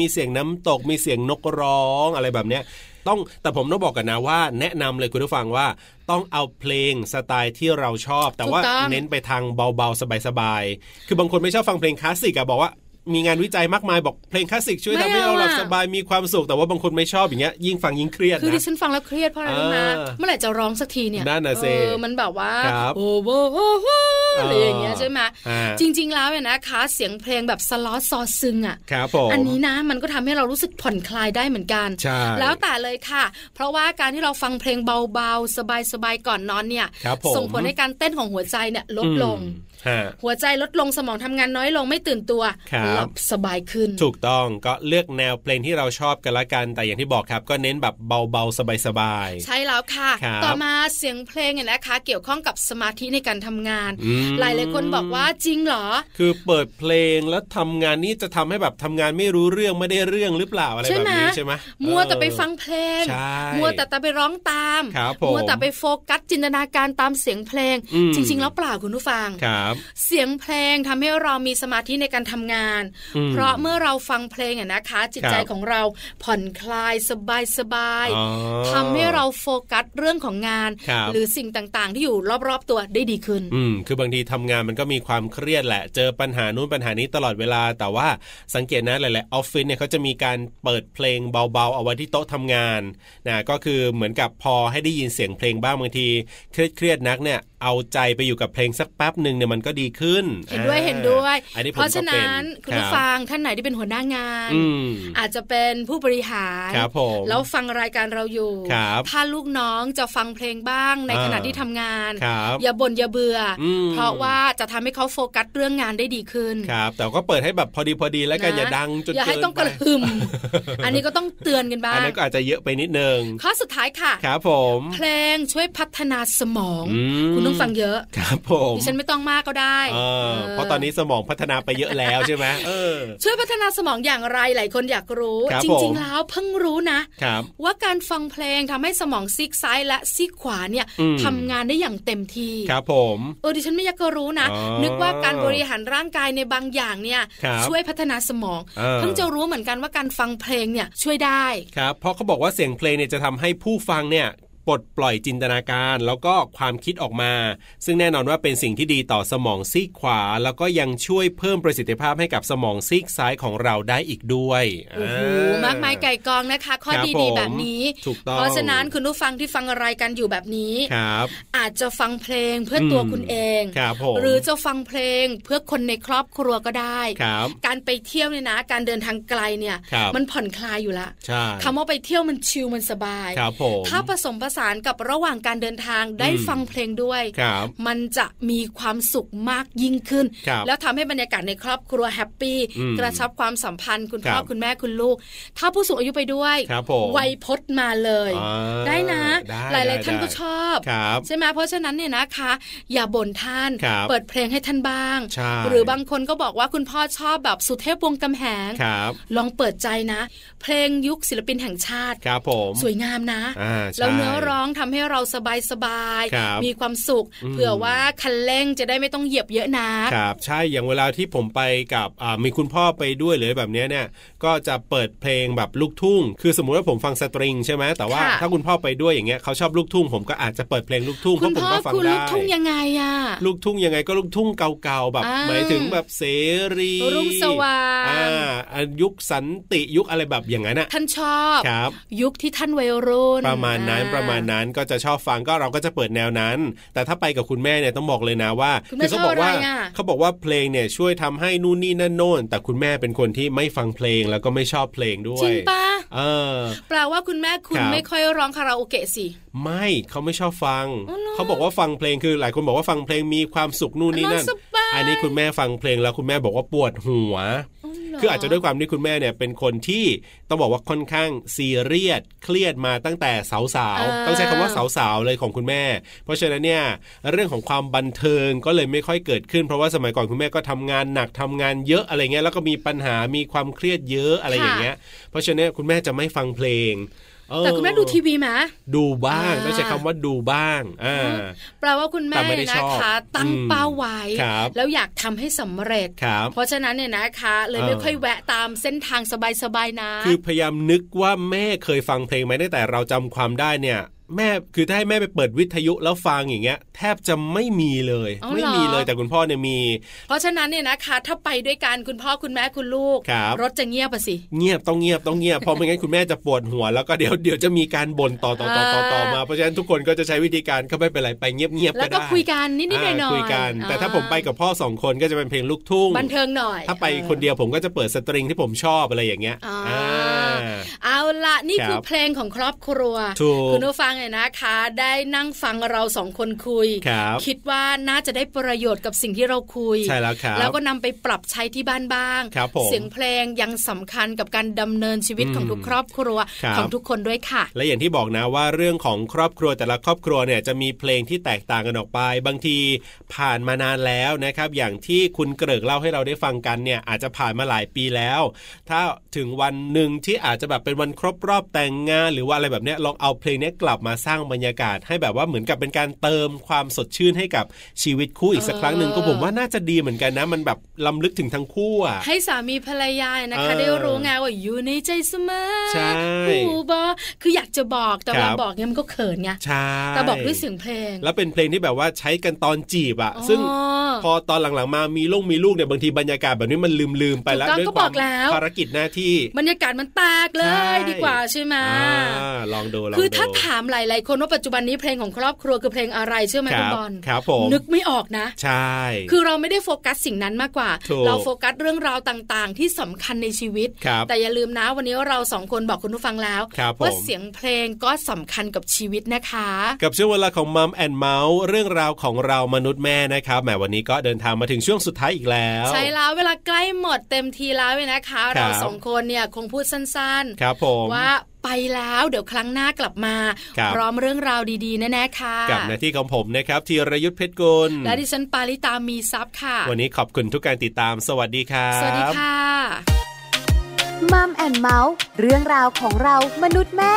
[SPEAKER 2] มีเสียงน้ำตก มีเสียงนกร้องอะไรแบบเนี้ยต้องแต่ผมต้องบอกกันนะว่า แนะนำเลยคุณผู้ฟังว่าต้องเอาเพลงสไตล์ที่เราชอบ แต่ว่า
[SPEAKER 1] ถูกต้อง
[SPEAKER 2] เน้นไปทางเบาๆสบายๆคือบางคนไม่ชอบฟังเพลงคลาสสิกอะบอกว่ามีงานวิจัยมากมายบอกเพลงคลาสสิกช่วยทำให้เราหลับสบายมีความสุขแต่ว่าบางคนไม่ชอบอย่างเงี้ยยิ่งฟังยิ่งเครียด
[SPEAKER 1] คือดิ
[SPEAKER 2] นะ
[SPEAKER 1] ฉันฟังแล้วเครียดเพราะอะไรรู้ไหม
[SPEAKER 2] อ่า
[SPEAKER 1] เมื่อไหร่จะร้องสักทีเนี่ย
[SPEAKER 2] นั่นน่ะสิ
[SPEAKER 1] เออมันแบบว่า
[SPEAKER 2] ครับ
[SPEAKER 1] โอ้โหโอ้โหอะไรอย่างเงี้ยใช่ไหม
[SPEAKER 2] อ่า
[SPEAKER 1] จริง ๆ แล้วเนี่ยนะคะเสียงเพลงแบบสล้อซอซึงอ่ะ
[SPEAKER 2] ครับผม
[SPEAKER 1] อันนี้นะมันก็ทำให้เรารู้สึกผ่อนคลายได้เหมือนกัน
[SPEAKER 2] ใช่
[SPEAKER 1] แล้วแต่เลยค่ะ เพราะว่าการที่เราฟังเพลงเบาๆ สบายๆ ก่อนนอนเนี่ย
[SPEAKER 2] ครับผม
[SPEAKER 1] ส่งผลให้การเต้นของหัวใจเนี่ยลดลง
[SPEAKER 2] อืมฮะ
[SPEAKER 1] หัวใจลดลงสมองทำงานน้อยลงไม่ตื่นตัว
[SPEAKER 2] ครับ
[SPEAKER 1] หลับสบายขึ้น
[SPEAKER 2] ถูกต้องก็เลือกแนวเพลงที่เราชอบกันละกันแต่อย่างที่บอกครับ ก็เน้นแบบเบาๆ สบาย
[SPEAKER 1] ใช่แล้วค่ะ
[SPEAKER 2] ครับ
[SPEAKER 1] ต่อมาเสียงเพลงเนี่ยนะคะ เกี่ยวข้องกับสมาธิในการทำงาน
[SPEAKER 2] อืม
[SPEAKER 1] หลายหลายๆคนบอกว่าจริงเหรอ
[SPEAKER 2] ๆ คือเปิดเพลงแล้วทำงานนี่จะทำให้แบบทำงานไม่รู้เรื่องไม่ได้เรื่องหรือเปล่าอะไรแบบนี้ใช่ไหม
[SPEAKER 1] มัวแต่ไปฟังเพลง
[SPEAKER 2] ใช่
[SPEAKER 1] มัวแต่แต่ไปร้องตาม
[SPEAKER 2] ครับผม
[SPEAKER 1] มัวแต่ไปโฟกัสจินตนาการตามเสียงเพลง
[SPEAKER 2] อืม
[SPEAKER 1] จริง ๆ แล้วเปล่าคุณผู้ฟัง
[SPEAKER 2] ครับ
[SPEAKER 1] เสียงเพลงทำให้เรามีสมาธิในการทำงาน
[SPEAKER 2] อืม
[SPEAKER 1] เพราะเมื่อเราฟังเพลงอะนะคะ จิตใจ
[SPEAKER 2] ครับ
[SPEAKER 1] ของเราผ่อนคลายสบายสบายๆ
[SPEAKER 2] อ๋อ
[SPEAKER 1] ทำให้เราโฟกัสเรื่องของงาน
[SPEAKER 2] ครับ
[SPEAKER 1] หรือสิ่งต่างๆ ที่อยู่รอบๆตัวได้ดีขึ้น
[SPEAKER 2] อืมคือบางทีทำงานมันก็มีความเครียดแหละ เจอปัญหานู้นปัญหานี้ตลอดเวลา แต่ว่าสังเกตนะหลายๆออฟฟิศเนี่ยเขาจะมีการเปิดเพลงเบาๆ เอาไว้ที่โต๊ะทำงานนะก็คือเหมือนกับพอให้ได้ยินเสียงเพลงบ้างบางทีเครียดๆนักเนี่ยเอาใจไปอยู่กับเพลงสักแป๊บหนึ่งเนี่ยมันก็ดีขึ้น
[SPEAKER 1] เห็นด้วย
[SPEAKER 2] อ่า
[SPEAKER 1] เห็นด้วย
[SPEAKER 2] อันนี้ผม
[SPEAKER 1] เพราะฉะ
[SPEAKER 2] ก็ป็
[SPEAKER 1] นั้นคุณผู้
[SPEAKER 2] รับ
[SPEAKER 1] ฟังท่านไหนที่เป็นหัวหน้างาน
[SPEAKER 2] อืม
[SPEAKER 1] อาจจะเป็นผู้บริหาร
[SPEAKER 2] ครับผม
[SPEAKER 1] แล้วฟังรายการเราอยู่
[SPEAKER 2] ครับ
[SPEAKER 1] ถ้าลูกน้องจะฟังเพลงบ้างใน
[SPEAKER 2] อ่า
[SPEAKER 1] ขณะที่ทำงาน
[SPEAKER 2] ครับ
[SPEAKER 1] อย่าบ่นอย่าเบื่ออ
[SPEAKER 2] อืม
[SPEAKER 1] เพราะว่าจะทำให้เขาโฟกัสเรื่องงานได้ดีขึ้น
[SPEAKER 2] ครับ แต่ก็เปิดให้แบบพอดีพอดีๆแล้วกัน
[SPEAKER 1] นะ
[SPEAKER 2] อย่าดังจน
[SPEAKER 1] อย่าให้
[SPEAKER 2] เกิน
[SPEAKER 1] ต้องกระ
[SPEAKER 2] ไป
[SPEAKER 1] หึ่ม อันนี้ก็ต้องเตือนกันบ้า
[SPEAKER 2] อัน
[SPEAKER 1] ง
[SPEAKER 2] นั้นก็อาจจะเยอะไปนิดนึง
[SPEAKER 1] ข้อสุดท้ายค่ะ
[SPEAKER 2] ครับผม
[SPEAKER 1] เพลงช่วยพัฒนาสมอง
[SPEAKER 2] อืม
[SPEAKER 1] คุณต้องฟังเยอะ
[SPEAKER 2] ครับผม
[SPEAKER 1] ดิฉันไม่ต้องมากก็ได้
[SPEAKER 2] เออ
[SPEAKER 1] ออ
[SPEAKER 2] เพราะตอนนี้สมองพัฒนาไปเยอะแล้วใช่ไหมเออ
[SPEAKER 1] ช่วยพัฒนาสมองอย่างไรหลายคนอยากรู้
[SPEAKER 2] ครับ
[SPEAKER 1] จ
[SPEAKER 2] ผม
[SPEAKER 1] ริง ๆ แล้วเพิ่งรู้นะ
[SPEAKER 2] ครับ
[SPEAKER 1] ว่าการฟังเพลงทำให้สมองซีกซ้ายและซีกขวาเนี่ย
[SPEAKER 2] อืม
[SPEAKER 1] ทำงานได้อย่างเต็มที่
[SPEAKER 2] ครับผม
[SPEAKER 1] เออดิฉันไม่อยากจะรู้นะ
[SPEAKER 2] อ๋อ
[SPEAKER 1] นึกว่าการบริหารร่างกายในบางอย่างเนี่ย
[SPEAKER 2] ครับ
[SPEAKER 1] ช่วยพัฒนาสมอง
[SPEAKER 2] เออ
[SPEAKER 1] เพิ่งจะรู้เหมือนกันว่าการฟังเพลงเนี่ยช่วยได้
[SPEAKER 2] ครับ เพราะเขาบอกว่าเสียงเพลงเนี่ยจะทำให้ผู้ฟังเนี่ยปลดปล่อยจินตนาการ แล้วก็ความคิดออกมา ซึ่งแน่นอนว่าเป็นสิ่งที่ดีต่อสมองซีกขวา แล้วก็ยังช่วยเพิ่มประสิทธิภาพให้กับสมองซีกซ้ายของเราได้อีกด้วย
[SPEAKER 1] โอ้โห
[SPEAKER 2] อ่
[SPEAKER 1] มากมายไก่กองนะคะ ข้อ
[SPEAKER 2] ครับ
[SPEAKER 1] ดี
[SPEAKER 2] ผม
[SPEAKER 1] ๆแบบนี้
[SPEAKER 2] ถูกต้อง
[SPEAKER 1] เพราะฉะนั้นคุณผู้ฟังที่ฟังรายการอยู่แบบนี้
[SPEAKER 2] ครับ
[SPEAKER 1] อาจจะฟังเพลงเพื่ออ
[SPEAKER 2] ม
[SPEAKER 1] ตัวคุณเอง
[SPEAKER 2] ครับผม
[SPEAKER 1] หรือจะฟังเพลงเพื่อคนในครอบครัวก็ได้
[SPEAKER 2] ครับ
[SPEAKER 1] การไปเที่ยวเนี่ยนะ การเดินทางไกลเนี่ย
[SPEAKER 2] ครับ
[SPEAKER 1] มันผ่อนคลายอยู่ละ
[SPEAKER 2] ใช่
[SPEAKER 1] คำว่าไปเที่ยวมันชิลมันสบาย
[SPEAKER 2] ครับผม
[SPEAKER 1] ถ้าผสมผสานกับระหว่างการเดินทางได้ฟังเพลงด้วย
[SPEAKER 2] ครับ
[SPEAKER 1] มันจะมีความสุขมากยิ่งขึ้น
[SPEAKER 2] ครับ
[SPEAKER 1] แล้วทำให้บรรยากาศในครอบครัวแฮปปี้
[SPEAKER 2] อืม
[SPEAKER 1] กระชับความสัมพันธ์คุณพ่อ
[SPEAKER 2] ครับ
[SPEAKER 1] คุณแม่คุณลูก ถ้าผู้สูงอายุไปด้วย
[SPEAKER 2] ครับผม
[SPEAKER 1] วัยพจน์มาเลย
[SPEAKER 2] อ่า
[SPEAKER 1] ได้นะ
[SPEAKER 2] ได้
[SPEAKER 1] หลาย ๆ ท่าน
[SPEAKER 2] ได้
[SPEAKER 1] ก็ชอบ
[SPEAKER 2] ครับ
[SPEAKER 1] ใช่ไหมเพราะฉะนั้นเนี่ยนะคะ อย่าบ่นท่าน
[SPEAKER 2] ครับ
[SPEAKER 1] เปิดเพลงให้ท่านบ้าง
[SPEAKER 2] ใช่
[SPEAKER 1] หรือบางคนก็บอกว่าคุณพ่อชอบแบบสุเทพวงศ์กำแหง
[SPEAKER 2] ครับ
[SPEAKER 1] ลองเปิดใจนะ เพลงยุคศิลปินแห่งชาติ
[SPEAKER 2] ครับผม
[SPEAKER 1] สวยงามนะ
[SPEAKER 2] อ่าใช่
[SPEAKER 1] แล้วเนื้อร้องทำให้เราสบายสบายๆ
[SPEAKER 2] ครับ
[SPEAKER 1] มีความสุข
[SPEAKER 2] อืม
[SPEAKER 1] เผื่อว่าคันเร่งจะได้ไม่ต้องเหยียบเยอะนะ
[SPEAKER 2] ครับใช่อย่างเวลาที่ผมไปกับอ่ามีคุณพ่อไปด้วยหรือแบบเนี้ยเนี่ยก็จะเปิดเพลงแบบลูกทุ่ง คือสมมุติว่าผมฟังสตริงใช่ไหมแต่ว่า
[SPEAKER 1] ค่ะ
[SPEAKER 2] ถ้าคุณพ่อไปด้วยอย่างเงี้ยเขาชอบลูกทุ่ง ผมก็อาจจะเปิดเพลงลูกทุ่งเพ
[SPEAKER 1] คุณ
[SPEAKER 2] ราะผม
[SPEAKER 1] พ่อ
[SPEAKER 2] ก็ฟัง
[SPEAKER 1] คุณ
[SPEAKER 2] ได้
[SPEAKER 1] ลูกทุ่งยังไงอะ
[SPEAKER 2] ลูกทุ่งยังไงก็ลูกทุ่งเก่าๆแบบ
[SPEAKER 1] อ่า
[SPEAKER 2] หมายถึงแบบเสรี
[SPEAKER 1] รุ่งสว่าง
[SPEAKER 2] อ่อ่ายุคสันติยุคอะไรแบบอย่างนั้นอ่ะ
[SPEAKER 1] ท่านชอบ
[SPEAKER 2] ครับ
[SPEAKER 1] ยุคที่ท่านวัยรุ่น
[SPEAKER 2] ประมาณนั้น
[SPEAKER 1] อ่
[SPEAKER 2] ประม มาณนั้นก็จะชอบฟังก็เราก็จะเปิดแนวนั้น แต่ถ้าไปกับคุณแม่เนี่ยต้องบอกเลยนะว่า
[SPEAKER 1] คุณแม่
[SPEAKER 2] เขาบอกว่า
[SPEAKER 1] ชอบอะไรอ่ะ
[SPEAKER 2] เขาบอกว่าเพลงเนี่ยช่วยทำให้นู่นนี่นั่นโน่น แต่คุณแม่เป็นคนที่ไม่ฟังเพลงแล้วก็ไม่ชอบเพลงด้ว
[SPEAKER 1] จริ
[SPEAKER 2] ย
[SPEAKER 1] งปะ
[SPEAKER 2] เออ
[SPEAKER 1] แปลว่าคุณแม่คุ
[SPEAKER 2] ค
[SPEAKER 1] ณ
[SPEAKER 2] รับ
[SPEAKER 1] ไม่ค่อยร้องคาราโอเกะสิ
[SPEAKER 2] ไม่เขาไม่ชอบฟัง
[SPEAKER 1] อ๋อเหรอ
[SPEAKER 2] เขาบอกว่าฟังเพลงคือหลายคนบอกว่าฟังเพลงมีความสุขนู่นนี่นั่
[SPEAKER 1] น
[SPEAKER 2] น
[SPEAKER 1] อนสบาย
[SPEAKER 2] อันนี้คุณแม่ฟังเพลงแล้วคุณแม่บอกว่าปวดหัว คืออาจจะด้วยความที่คุณแม่เนี่ยเป็นคนที่ต้องบอกว่าค่อนข้างซีเรียสเครียดมาตั้งแต่สาว
[SPEAKER 1] อ่า
[SPEAKER 2] ๆต้องใช้คำว่าสาวๆเลยของคุณแม่ เพราะฉะนั้นเนี่ยเรื่องของความบันเทิงก็เลยไม่ค่อยเกิดขึ้น เพราะว่าสมัยก่อนคุณแม่ก็ทำงานหนักทำงานเยอะอะไรเงี้ยแล้วก็มีปัญหามีความเครียดเยอะอะไรอย่างเงี้ย เพราะฉะนั้นคุณแม่จะไม่ฟังเพลงเออ
[SPEAKER 1] แต่คุณแม่ดูทีวีไหม
[SPEAKER 2] ดูบ้าง
[SPEAKER 1] อ่า
[SPEAKER 2] ต้องใช้คำว่าดูบ้างอ่า
[SPEAKER 1] แปลว่าคุณแม่
[SPEAKER 2] แต่ไม่ได้ช
[SPEAKER 1] นะ
[SPEAKER 2] อบ
[SPEAKER 1] คะ ตั้ง
[SPEAKER 2] อืม
[SPEAKER 1] เป้าไว้
[SPEAKER 2] ครับ
[SPEAKER 1] แล้วอยากทำให้สำเร็จ
[SPEAKER 2] ครับ
[SPEAKER 1] เพราะฉะนั้นเนี่ยนะคะ เลย
[SPEAKER 2] เออ
[SPEAKER 1] ไม่ค่อยแวะตามเส้นทางสบายๆนะ
[SPEAKER 2] คือพยายามนึกว่าแม่เคยฟังเพลงไหมตั้งแต่เราจำความได้เนี่ย แม่คือถ้าให้แม่ไปเปิดวิทยุแล้วฟังอย่างเงี้ย แทบจะไม่มีเลย
[SPEAKER 1] อ๋อเหรอ
[SPEAKER 2] ไม่มีเลยแต่คุณพ่อเนี่ยมี
[SPEAKER 1] เพราะฉะนั้นเนี่ยนะคะ ถ้าไปด้วยกันคุณพ่อคุณแม่คุณลูก
[SPEAKER 2] ครับ
[SPEAKER 1] ถจะเงียบอะสิ
[SPEAKER 2] เงียบต้องเงียบต้องเงียบเพราะไม่งั้นคุณแม่จะปวดหัวแล้วก็ เดี๋ยวเดี๋ยวจะมีการบ่นต่อต่อต่อต่อต่อมาเพราะฉะนั้นทุกคนก็จะใช้วิธีการก็ไม่เป็นไรไปเงียบเงียบๆ
[SPEAKER 1] แล้ว
[SPEAKER 2] ก็
[SPEAKER 1] ก็
[SPEAKER 2] ได้
[SPEAKER 1] คุยกันนิดๆหน่อยๆ
[SPEAKER 2] าคุยกัน แต่
[SPEAKER 1] อ่
[SPEAKER 2] ถ้าผมไปกับพ่อสองคนก็จะเป็นเพลงลูกทุ่ง
[SPEAKER 1] บันเทิงหน่อย
[SPEAKER 2] ถ้าไป
[SPEAKER 1] ออ
[SPEAKER 2] คนเดียวผมก็จะเปิดสตริงที่ผมชอบอะไรอย่างเงี้ย
[SPEAKER 1] อ่า
[SPEAKER 2] อ่า
[SPEAKER 1] เอาละนี่
[SPEAKER 2] ครับ
[SPEAKER 1] คือเพลงของครอบครัว
[SPEAKER 2] ถูก
[SPEAKER 1] คุณผู้ฟังเนี่ยนะคะ ได้นั่งฟังเราสองคนคุย
[SPEAKER 2] ครับ
[SPEAKER 1] ดว่าน่าจะได้ประโยชน์กับสิ่งที่เราคุย
[SPEAKER 2] ใช่แล้วครับ
[SPEAKER 1] แล้วก็นำไปปรับใช้ที่บ้านบ้าง
[SPEAKER 2] ครับผม
[SPEAKER 1] เสียงเพลงยังสำคัญกับการดำเนินชีวิต
[SPEAKER 2] อืม
[SPEAKER 1] ของทุกครอบครัว
[SPEAKER 2] ครับ
[SPEAKER 1] ของทุกคนด้วยค่ะ
[SPEAKER 2] และอย่างที่บอกนะว่าเรื่องของครอบครัวแต่ละครอบครัวเนี่ยจะมีเพลงที่แตกต่างกันออกไป บางทีผ่านมานานแล้วนะครับ อย่างที่คุณเกริกเล่าให้เราได้ฟังกันเนี่ยอาจจะผ่านมาหลายปีแล้ว ถ้าถึงวันหนึ่งที่อาจจะแบบเป็นวันครบรอบแต่งงาน หรือว่าอะไรแบบเนี้ยลองเอาเพลงเนี้ยกลับมาสร้างบรรยากาศ ให้แบบว่าเหมือนกับเป็นการเติมความสดชื่นให้กับชีวิตคู่อีกสักครั้งหนึ่งก็ผมว่าน่าจะดีเหมือนกันนะ มันแบบล้ำลึกถึงทั้งคู่อะ
[SPEAKER 1] ให้สามีภรรยานะคะ
[SPEAKER 2] เออ
[SPEAKER 1] ได้รู้ไงว่าอยู่ในใจเสมอ
[SPEAKER 2] ใช่
[SPEAKER 1] ผู้บอคืออยากจะบอกแต่เว
[SPEAKER 2] ครั
[SPEAKER 1] ลา
[SPEAKER 2] บ
[SPEAKER 1] บอกเนี่ยมันก็เขินไง
[SPEAKER 2] ใช่
[SPEAKER 1] แต่บอกด้วยเสียงเพลง
[SPEAKER 2] แล้วเป็นเพลงที่แบบว่าใช้กันตอนจีบอะ
[SPEAKER 1] อ๋อ
[SPEAKER 2] ซึ่งพอตอนหลังๆมามีลูกมีลูกเนี่ยบางทีบรรยากาศแบบนี้มันลืมลืมๆไปแล้ว
[SPEAKER 1] ถูกต้อง
[SPEAKER 2] ด้วย
[SPEAKER 1] ก็
[SPEAKER 2] ค
[SPEAKER 1] บ
[SPEAKER 2] วา
[SPEAKER 1] อ
[SPEAKER 2] ม
[SPEAKER 1] กแล้ว
[SPEAKER 2] ภารกิจหน้าที่
[SPEAKER 1] บรรยากาศมันแตกเล
[SPEAKER 2] ใช่
[SPEAKER 1] ยดีกว่าใช่ไหม
[SPEAKER 2] อ่าลองดูลองดู
[SPEAKER 1] คือถ้าถามหลาย ๆ คนว่าปัจจุบันนี้เพลงของครอบครัวคือเพลงอะไรเชื่อไหม
[SPEAKER 2] ค
[SPEAKER 1] คุ
[SPEAKER 2] รั
[SPEAKER 1] ณ
[SPEAKER 2] บบ
[SPEAKER 1] อล
[SPEAKER 2] ครับผม
[SPEAKER 1] นึกไม่ออกนะ
[SPEAKER 2] ใช่
[SPEAKER 1] คือเราไม่ได้โฟกัสสิ่งนั้นมากกว่า
[SPEAKER 2] ถูก
[SPEAKER 1] เราโฟกัสเรื่องราวต่าง ๆ ที่สำคัญในชีวิต
[SPEAKER 2] ครับ
[SPEAKER 1] แต่อย่าลืมนะวันนี้เราสองคนบอกคุณผู้ฟังแล้ว
[SPEAKER 2] ครับผม
[SPEAKER 1] ว่าเสียงเพลงก็สำคัญกับชีวิตนะคะ
[SPEAKER 2] กับช่วงเวลาของมัมแอนเมาส์เรื่องราวของเรามนุษย์แม่นะครับแหมวันนี้ก็เดินทางมาถึงช่วงสุดท้ายอีกแล้ว
[SPEAKER 1] ใช่แล้วเวลาใกล้หมดเต็มทีแล้วเนี่ยนะคะ
[SPEAKER 2] ครับ
[SPEAKER 1] เราสองคนเนี่ยคงพูดสั้น
[SPEAKER 2] ครับผม
[SPEAKER 1] ๆ ว่าไปแล้วเดี๋ยวครั้งหน้ากลับมา
[SPEAKER 2] ครับ
[SPEAKER 1] พร้อมเรื่องราวดีๆแน่ๆค่ะ
[SPEAKER 2] กับหน้าที่ของผมนะครับธีรยุทธเพชรกุล
[SPEAKER 1] และดิฉันปาริตามีซับค่ะ
[SPEAKER 2] วันนี้ขอบคุณทุกการติดตาม สวัสดีครับ
[SPEAKER 1] สวัสดีค่ะ
[SPEAKER 4] มัมแอนเมาส์เรื่องราวของเรามนุษย์แม่